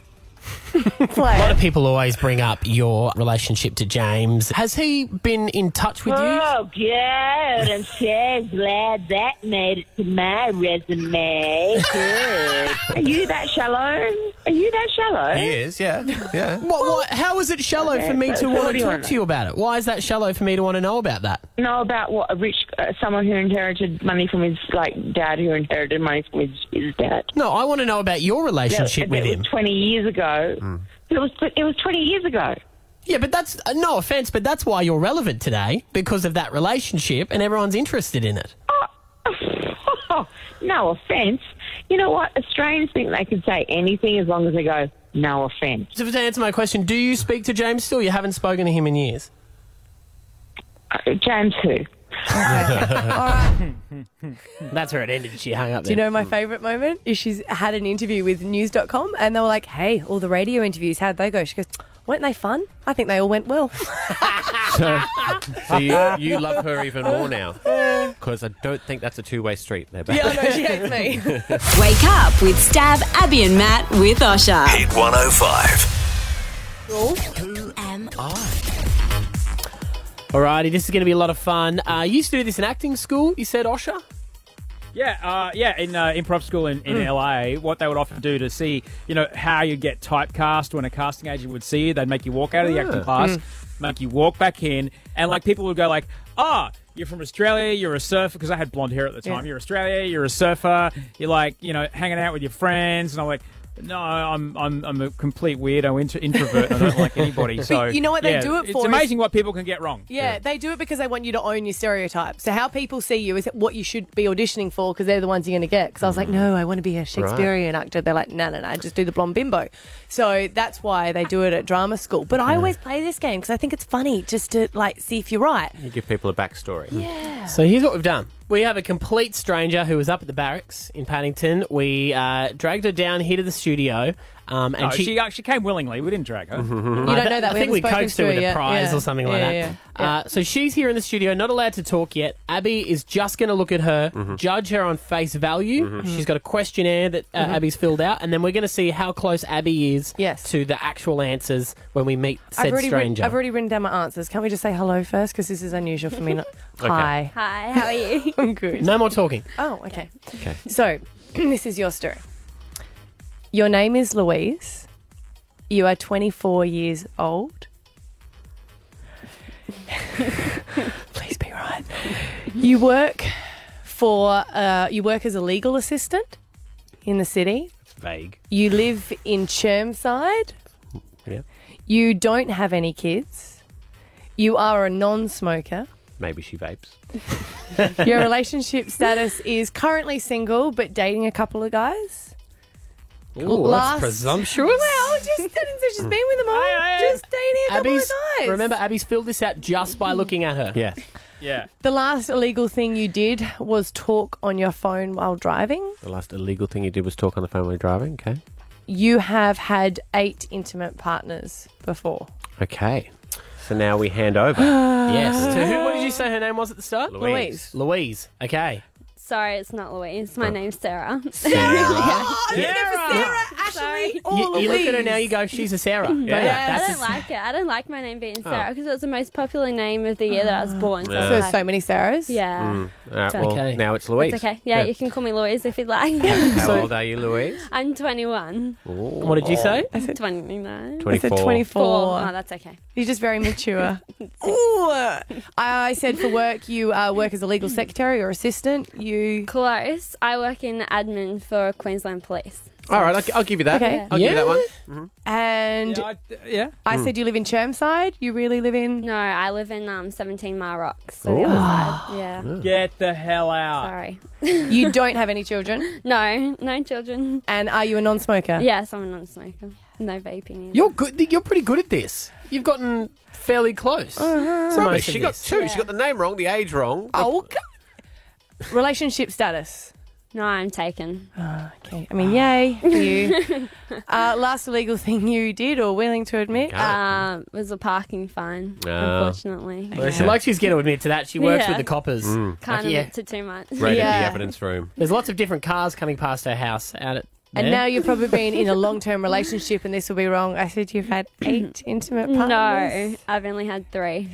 Speaker 2: A lot of people always bring up your relationship to James. Has he been in touch with you?
Speaker 13: Oh, good. I'm so glad that made it to my resume. Good. Are you that shallow? Are you that shallow?
Speaker 3: He is, yeah. Yeah.
Speaker 2: What, what, how is it shallow for me to want to talk to you about it? Why is that shallow for me to want to know about that?
Speaker 13: Know about what a rich uh, someone who inherited money from his like dad who inherited money from his, his dad.
Speaker 2: No, I want to know about your relationship
Speaker 13: That-
Speaker 2: with
Speaker 13: that was
Speaker 2: him.
Speaker 3: Hmm.
Speaker 13: Twenty years ago. It was it was twenty years ago.
Speaker 2: Yeah, but that's uh, no offense, but that's why you're relevant today because of that relationship, and everyone's interested in it.
Speaker 21: Oh, no offence. You know what? Australians think they can say anything as long as they go, no offence.
Speaker 2: So to answer my question, do you speak to James still? You haven't spoken to him in years.
Speaker 13: Uh,
Speaker 21: James who?
Speaker 2: That's where it ended. She hung up. Hmm.
Speaker 5: Do you know my favourite moment? Is she's had an interview with news.com and they were like, hey, all the radio interviews, how'd they go? She goes, weren't they fun? I think they all went well.
Speaker 3: So, so you, you love her even more now because I don't think that's a two-way street. There, babe.
Speaker 21: Yeah, I know, she
Speaker 5: hates me.
Speaker 11: Wake up with Stab, Abby, and Matt with Osha.
Speaker 8: Hit 105.
Speaker 11: Who am I?
Speaker 2: Alrighty, this is going to be a lot of fun. Uh, you used to do this in acting school. You said Osha.
Speaker 16: Yeah, uh, yeah. In uh, improv school in,
Speaker 5: Mm.
Speaker 16: in LA, what they would often do to see, you know, how you get typecast when a casting agent would see you, they'd make you walk out of the
Speaker 4: Yeah.
Speaker 5: Ah,
Speaker 16: acting class,
Speaker 4: Mm.
Speaker 16: make you walk back in, and like people would go like, "Ah, you're from Australia. You're a surfer." Because I had blonde hair at the time.
Speaker 4: Yeah.
Speaker 16: You're Australia. You're a surfer. You're like, you know, hanging out with your friends, and I'm like. No, I'm I'm I'm a complete weirdo intro- introvert. I don't like anybody.
Speaker 5: But
Speaker 16: So
Speaker 5: you know what they
Speaker 16: yeah,
Speaker 5: do it
Speaker 16: It's
Speaker 5: for is-
Speaker 16: amazing what people can get wrong.
Speaker 5: Yeah, they do it because they want you to own your stereotypes. So how people see you is what you should be auditioning for because they're the ones you're going to get. Because I
Speaker 2: Mm.
Speaker 5: was like, no, I want to be a Shakespearean actor. They're like, no, no, no, just do the blonde bimbo. So that's why they do it at drama school. But I always play this game because I think it's funny just to like see if you're right.
Speaker 3: You give people a backstory.
Speaker 5: Yeah.
Speaker 2: So here's what we've done. We have a complete stranger who was up at the barracks in Paddington. We uh, dragged her down here to the studio, um, and
Speaker 16: no, she, she came willingly. We didn't drag her.
Speaker 2: I
Speaker 16: I
Speaker 2: th-
Speaker 16: th-
Speaker 2: I think we coaxed her with a prize or something like that. Uh, so she's here in the studio, not allowed to talk yet. Abby is just going to look at her,
Speaker 5: Mm-hmm.
Speaker 2: judge her on face value.
Speaker 4: Mhm.
Speaker 2: She's got a questionnaire that uh,
Speaker 5: Mm-hmm.
Speaker 4: Mhm.
Speaker 2: Abby's filled out, and then we're going to see how close Abby is to the actual answers when we meet
Speaker 5: I've
Speaker 2: said
Speaker 5: already, written,
Speaker 2: stranger.
Speaker 5: I've already written down my answers. Can't we just say hello first? Because this is unusual for me. Not...
Speaker 2: Okay.
Speaker 5: Hi.
Speaker 22: Hi, how are you?
Speaker 5: I'm good.
Speaker 2: No more talking.
Speaker 5: Oh, okay.
Speaker 2: Okay.
Speaker 5: So, this is your story. Your name is Louise. You are 24 years old. Please be right. You work for uh, you work as a legal assistant in the city.
Speaker 2: Vague.
Speaker 5: You live in Chermside.
Speaker 3: Yeah.
Speaker 5: You don't have any kids. You are a non-smoker.
Speaker 3: Maybe she vapes.
Speaker 5: Your relationship status is currently single but dating a couple of guys.
Speaker 2: Ooh,
Speaker 5: Last-
Speaker 2: that's presumptuous.
Speaker 5: Well, just she's been with them all. Just dating a couple
Speaker 2: Abby's,
Speaker 5: of guys.
Speaker 2: remember, Abby's filled this out just by looking at her.
Speaker 3: Yeah.
Speaker 16: Yeah.
Speaker 5: the last illegal thing you did was talk on your phone while driving.
Speaker 3: The last illegal thing you did was talk on the phone while you're driving. Okay.
Speaker 5: You have had eight intimate partners before.
Speaker 3: Okay. So now we hand over.
Speaker 2: Yes. To who, what did you say her name was at the start?
Speaker 22: Louise.
Speaker 2: Louise. Okay.
Speaker 22: Sorry, it's not Louise. My name's Sarah. Sorry.
Speaker 2: You, you look at her now, you go, she's a Sarah. don't you?
Speaker 22: Yeah, I
Speaker 2: That's
Speaker 22: don't like it. I don't like my name being
Speaker 2: Oh.
Speaker 22: Sarah because it was the most popular name of the year that I was born.
Speaker 3: Yeah.
Speaker 22: I
Speaker 3: So
Speaker 22: was
Speaker 5: Ah. so many Sarahs?
Speaker 22: Yeah.
Speaker 3: Mm. Ah. All right,
Speaker 22: So-
Speaker 3: well, now it's Louise.
Speaker 22: It's okay. Yeah, you can call me Louise if you'd like.
Speaker 3: How old are you, Louise?
Speaker 22: I'm 21.
Speaker 2: What did you say?
Speaker 5: I said
Speaker 22: 29.
Speaker 3: I said 24. 24.
Speaker 22: Four. Oh, that's okay.
Speaker 5: You're just very mature. Ooh. I, I said for work, you uh, work as a legal secretary or assistant. You
Speaker 22: Close. I work in admin for Queensland Police.
Speaker 3: All right, I'll, I'll give you that.
Speaker 5: Okay.
Speaker 3: I'll give you that one.
Speaker 22: Mm-hmm.
Speaker 5: And
Speaker 16: I, yeah.
Speaker 5: I
Speaker 3: Mm.
Speaker 5: said you live in Chermside. You really live in?
Speaker 22: No, I live in um, 17 Mile Rocks. So
Speaker 5: Ooh.
Speaker 22: the other side. Yeah.
Speaker 16: Get the hell out.
Speaker 22: Sorry.
Speaker 5: Ah. you don't have any children.
Speaker 22: No, no children.
Speaker 5: And are you a non-smoker?
Speaker 22: Yes, I'm a non-smoker. No vaping. Either.
Speaker 2: You're good. You're pretty good at this. You've gotten fairly close.
Speaker 5: Uh-huh.
Speaker 3: It's rubbish. She got two. She got the name wrong, the age wrong.
Speaker 5: Oh, God. Relationship status.
Speaker 22: No, I'm taken.
Speaker 5: Ah, okay. I mean, yay for you. uh, last illegal thing you did or willing to admit?
Speaker 22: Um, it was a parking fine,
Speaker 2: Ah.
Speaker 22: unfortunately.
Speaker 2: Well, She likes she's going to admit to that. She works
Speaker 22: Yeah.
Speaker 2: with the coppers.
Speaker 3: Mm.
Speaker 22: Can't
Speaker 2: Like, yeah.
Speaker 22: admit to too much.
Speaker 3: Raided the evidence room.
Speaker 2: There's lots of different cars coming past her house out at.
Speaker 5: And
Speaker 2: there.
Speaker 5: now you've probably been in a long-term relationship, and this will be wrong. I said you've had eight intimate partners.
Speaker 22: No, I've only had three.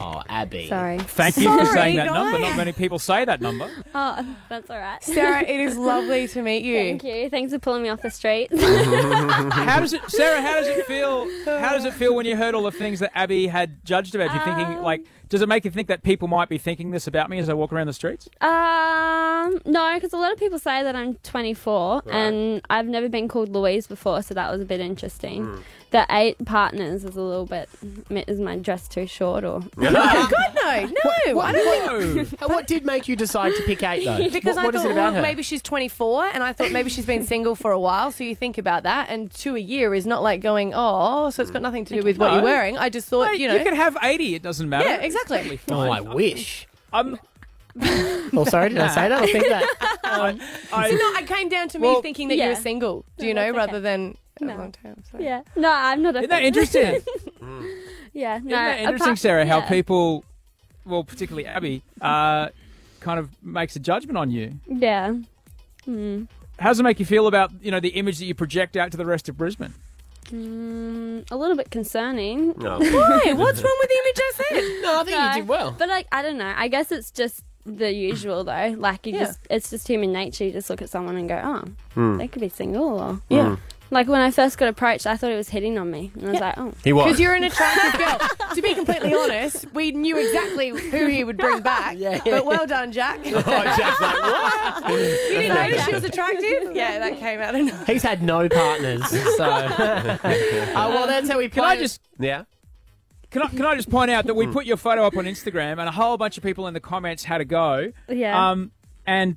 Speaker 2: Oh, Abby.
Speaker 22: Sorry.
Speaker 16: Thank you for
Speaker 22: Sorry,
Speaker 16: saying that
Speaker 22: guys.
Speaker 16: number. Not many people say that number.
Speaker 22: Oh, that's all right.
Speaker 5: Sarah, it is lovely to meet you.
Speaker 22: Thank you. Thanks for pulling me off the street.
Speaker 16: Mm-hmm. how does it, Sarah? How does it feel? How does it feel when you heard all the things that Abby had judged about you?
Speaker 22: Um,
Speaker 16: Thinking like, does it make you think that people might be thinking this about me as I walk around the streets?
Speaker 22: Um, no, because a lot of people say that I'm 24 and I've never been called Louise before, so that was a bit interesting. the eight partners is a little bit. Is my dress too short or?
Speaker 2: Oh,
Speaker 5: God, no, no.
Speaker 2: What,
Speaker 5: I don't
Speaker 2: what-
Speaker 5: think.
Speaker 2: what did make you decide to pick eight though?
Speaker 5: Because
Speaker 2: what, what
Speaker 5: I
Speaker 2: is
Speaker 5: thought
Speaker 2: it about
Speaker 5: well,
Speaker 2: her?
Speaker 5: maybe she's 24, and I thought maybe she's been single for a while. So you think about that, and two a year is not like going, oh, so it's got nothing
Speaker 2: Mm.
Speaker 5: to do with what
Speaker 16: No.
Speaker 5: you're wearing. I just thought,
Speaker 16: Mate,
Speaker 5: you know,
Speaker 16: you could have eighty. It doesn't matter.
Speaker 5: Yeah, exactly.
Speaker 2: Oh, I wish.
Speaker 16: Um.
Speaker 2: Oh, sorry, did I say that? I think that. um,
Speaker 5: I, no, I came down to me
Speaker 22: Well,
Speaker 5: thinking that
Speaker 22: yeah.
Speaker 5: you were single. Do you
Speaker 22: No,
Speaker 5: know,
Speaker 22: that's
Speaker 5: rather
Speaker 22: okay.
Speaker 5: than
Speaker 22: No.
Speaker 5: a long time. So.
Speaker 22: Yeah. No, I'm not.
Speaker 16: Isn't that
Speaker 22: offended.
Speaker 16: interesting?
Speaker 22: yeah. No.
Speaker 16: Isn't that interesting,
Speaker 22: apart-
Speaker 16: Sarah? How
Speaker 22: yeah.
Speaker 16: people, well, particularly Abby, uh, kind of makes a judgment on you.
Speaker 22: Yeah. Mm.
Speaker 16: How does it make you feel about you know the image that you project out to the rest of Brisbane?
Speaker 22: Mm, a little bit concerning.
Speaker 16: No.
Speaker 22: Why?
Speaker 16: What's wrong
Speaker 5: with the image I said?
Speaker 22: No, I
Speaker 5: think you did well.
Speaker 22: But like, I don't know. I guess it's just the usual though. Like, you
Speaker 5: Yeah.
Speaker 22: just it's just human nature. You just look at someone and go, oh,
Speaker 3: Hmm.
Speaker 22: they could be single or Like when I first got approached, I thought he was hitting on me, and I was like, "Oh,
Speaker 3: He was. 'Cause
Speaker 5: you're an attractive girl." to be completely honest, we knew exactly who he would bring back.
Speaker 22: yeah.
Speaker 5: But well done, Jack.
Speaker 2: Oh,
Speaker 5: you didn't notice she was attractive? Yeah, that came out of nowhere.
Speaker 2: He's had no partners, so. uh, well, that's how we play.
Speaker 16: Can I
Speaker 2: it.
Speaker 16: just
Speaker 3: yeah?
Speaker 16: Can I, can I just point out that we put your photo up on Instagram and a whole bunch of people in the comments had a go.
Speaker 22: Yeah.
Speaker 16: Um, and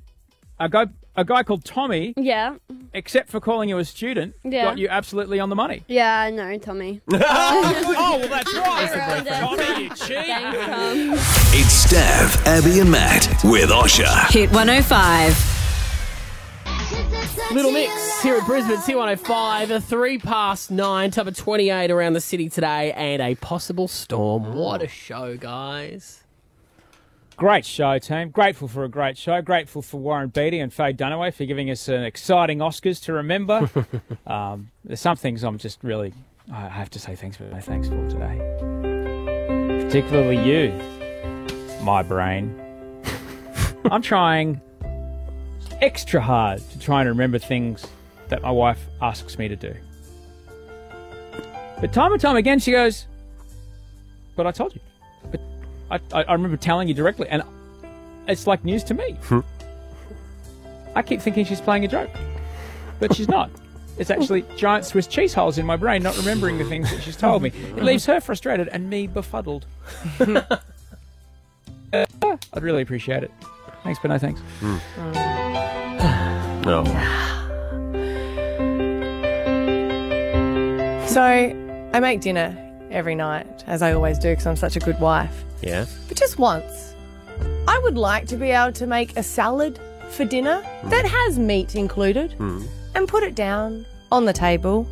Speaker 16: a guy a guy called Tommy,
Speaker 22: yeah,
Speaker 16: except for calling you a student,
Speaker 22: Yeah.
Speaker 16: got you absolutely on the money.
Speaker 22: yeah, I know, Tommy."
Speaker 16: oh, well, that's
Speaker 22: right. Tommy,
Speaker 16: you
Speaker 8: It's Steph, Abby, and Matt with Osha.
Speaker 11: Hit 105.
Speaker 2: Little Mix here at Brisbane C105, a three past nine, top of 28 around the city today, and a possible storm. What a show, guys.
Speaker 16: Great show, team. Grateful for a great show. Grateful for Warren Beatty and Faye Dunaway for giving us an exciting Oscars to remember. um, there's some things I'm just really, I have to say thanks for, thanks for today. Particularly you, my brain. I'm trying extra hard to try and remember things that my wife asks me to do. But time and time again, she goes, But I told you. I, I, I remember telling you directly, and it's like news to me.
Speaker 2: Hmm.
Speaker 16: I keep thinking she's playing a joke, but she's not. It's actually giant Swiss cheese holes in my brain, not remembering the things that she's told me.
Speaker 5: Mm.
Speaker 16: It leaves her frustrated and me befuddled.
Speaker 3: Hmm.
Speaker 16: Uh, I'd really appreciate it. Thanks, but no thanks.
Speaker 3: No.
Speaker 5: So I make dinner every night, as I always do, because I'm such a good wife.
Speaker 3: Yeah.
Speaker 5: But just once, I would like to be able to make a salad for dinner that has meat included
Speaker 3: Hmm.
Speaker 5: and put it down on the table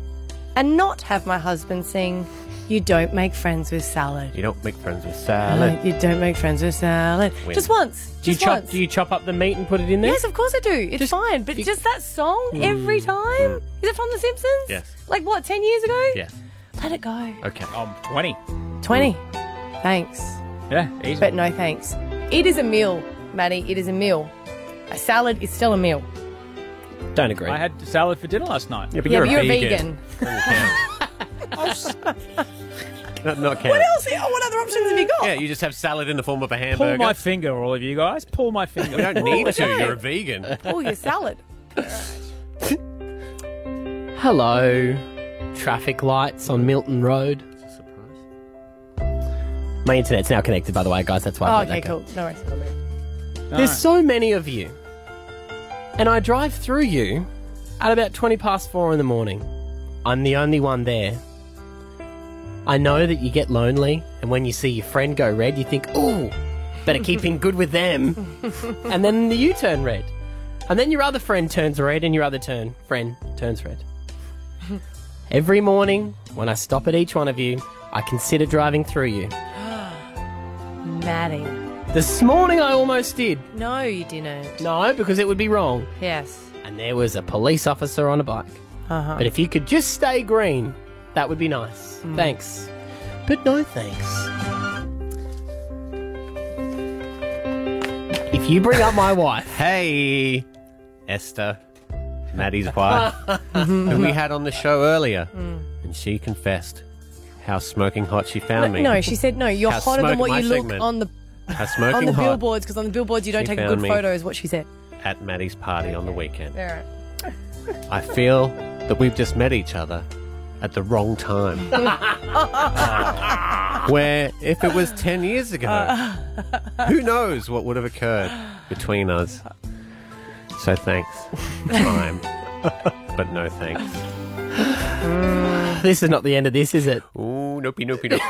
Speaker 5: and not have my husband sing, You don't make friends with salad.
Speaker 3: You don't make friends with
Speaker 5: Uh,
Speaker 3: salad.
Speaker 5: You don't make friends with salad.
Speaker 3: Win.
Speaker 5: Just once.
Speaker 2: Do you,
Speaker 5: just
Speaker 2: chop,
Speaker 5: once.
Speaker 2: do you chop up the meat and put it in there?
Speaker 5: Yes, of course I do. It's fine. But just that song
Speaker 2: Mm.
Speaker 5: every time? Is it from The Simpsons?
Speaker 2: Yes.
Speaker 5: Like what, 10 years ago?
Speaker 3: Yeah.
Speaker 5: Let it go.
Speaker 3: Okay.
Speaker 16: I'm 20.
Speaker 5: 20. Thanks.
Speaker 16: Yeah, easy.
Speaker 5: But no thanks. It is a meal, Maddie. It is a meal. A salad is still a meal.
Speaker 2: Don't agree.
Speaker 16: I had salad for dinner last night.
Speaker 5: Yeah, but Yeah, you're but a you're a vegan. Oh,
Speaker 3: Not, not count.
Speaker 5: What else? Oh, what other options have you got?
Speaker 3: Yeah, you just have salad in the form of a hamburger.
Speaker 16: Pull my finger, all of you guys. Pull my finger.
Speaker 3: you don't need to. You're a vegan.
Speaker 5: Oh, your salad.
Speaker 2: Hello. Traffic lights on Milton Road. My internet's now connected, by the way, guys. That's why. I
Speaker 5: Oh,
Speaker 2: let that
Speaker 5: okay,
Speaker 2: go.
Speaker 5: cool. No worries.
Speaker 2: There's so many of you. And I drive through you at about 20 past four in the morning. I'm the only one there. I know that you get lonely, and when you see your friend go red, you think, ooh, better keep in good with them. And then you turn red. And then your other friend turns red, and your other turn friend turns red. Every morning, when I stop at each one of you, I consider driving through you.
Speaker 5: Maddie.
Speaker 2: This morning, I almost did.
Speaker 5: No, you didn't.
Speaker 2: No, because it would be wrong.
Speaker 5: Yes.
Speaker 2: and there was a police officer on a bike.
Speaker 5: Uh-huh.
Speaker 2: But if you could just stay green, that would be nice. Thanks. But no thanks. If you bring up my wife.
Speaker 3: hey, Esther, Maddie's wife, who we had on the show earlier, and she confessed how smoking hot she found me.
Speaker 5: No, she said no. You're
Speaker 3: How
Speaker 5: hotter than
Speaker 3: smoking
Speaker 5: what
Speaker 3: my
Speaker 5: you look
Speaker 3: segment.
Speaker 5: on the
Speaker 3: How
Speaker 5: on
Speaker 3: smoking
Speaker 5: the
Speaker 3: hot
Speaker 5: billboards because on the billboards you don't
Speaker 3: She
Speaker 5: take a
Speaker 3: found
Speaker 5: good
Speaker 3: me.
Speaker 5: photo. Is what she said.
Speaker 3: at Maddie's party on the weekend.
Speaker 5: All right.
Speaker 3: I feel that we've just met each other, at the wrong time. Where if it was 10 years ago, who knows what would have occurred between us. So thanks. Time. but no thanks.
Speaker 2: This is not the end of this, is it?
Speaker 3: Ooh, nopey, nopey, nope.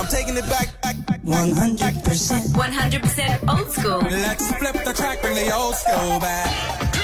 Speaker 14: I'm taking it back. 100%.
Speaker 11: 100% old school.
Speaker 14: Let's flip the track and the old school back.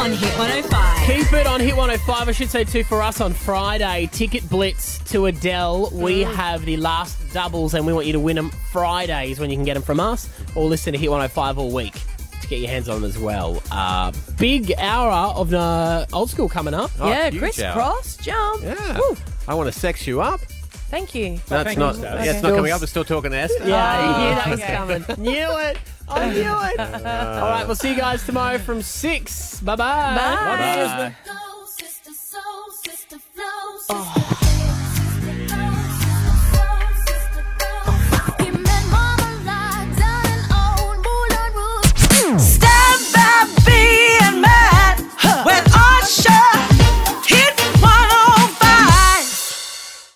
Speaker 11: On Hit 105.
Speaker 2: Keep it on Hit 105. I should say, too, for us on Friday, Ticket Blitz to Adele. We have the last doubles and we want you to win them Fridays when you can get them from us or listen to Hit 105 all week to get your hands on them as well. Uh, big hour of uh, old school coming up.
Speaker 5: yeah, crisscross jump.
Speaker 3: Yeah. I want to sex you up.
Speaker 5: Thank you.
Speaker 3: No, it's not. Yeah, it's not coming up. We're still talking to Esther.
Speaker 2: Yeah, I knew that was coming. Knew it. I knew it. All right, we'll see you guys tomorrow from 6. Bye-bye.
Speaker 14: Bye. Bye.
Speaker 11: oh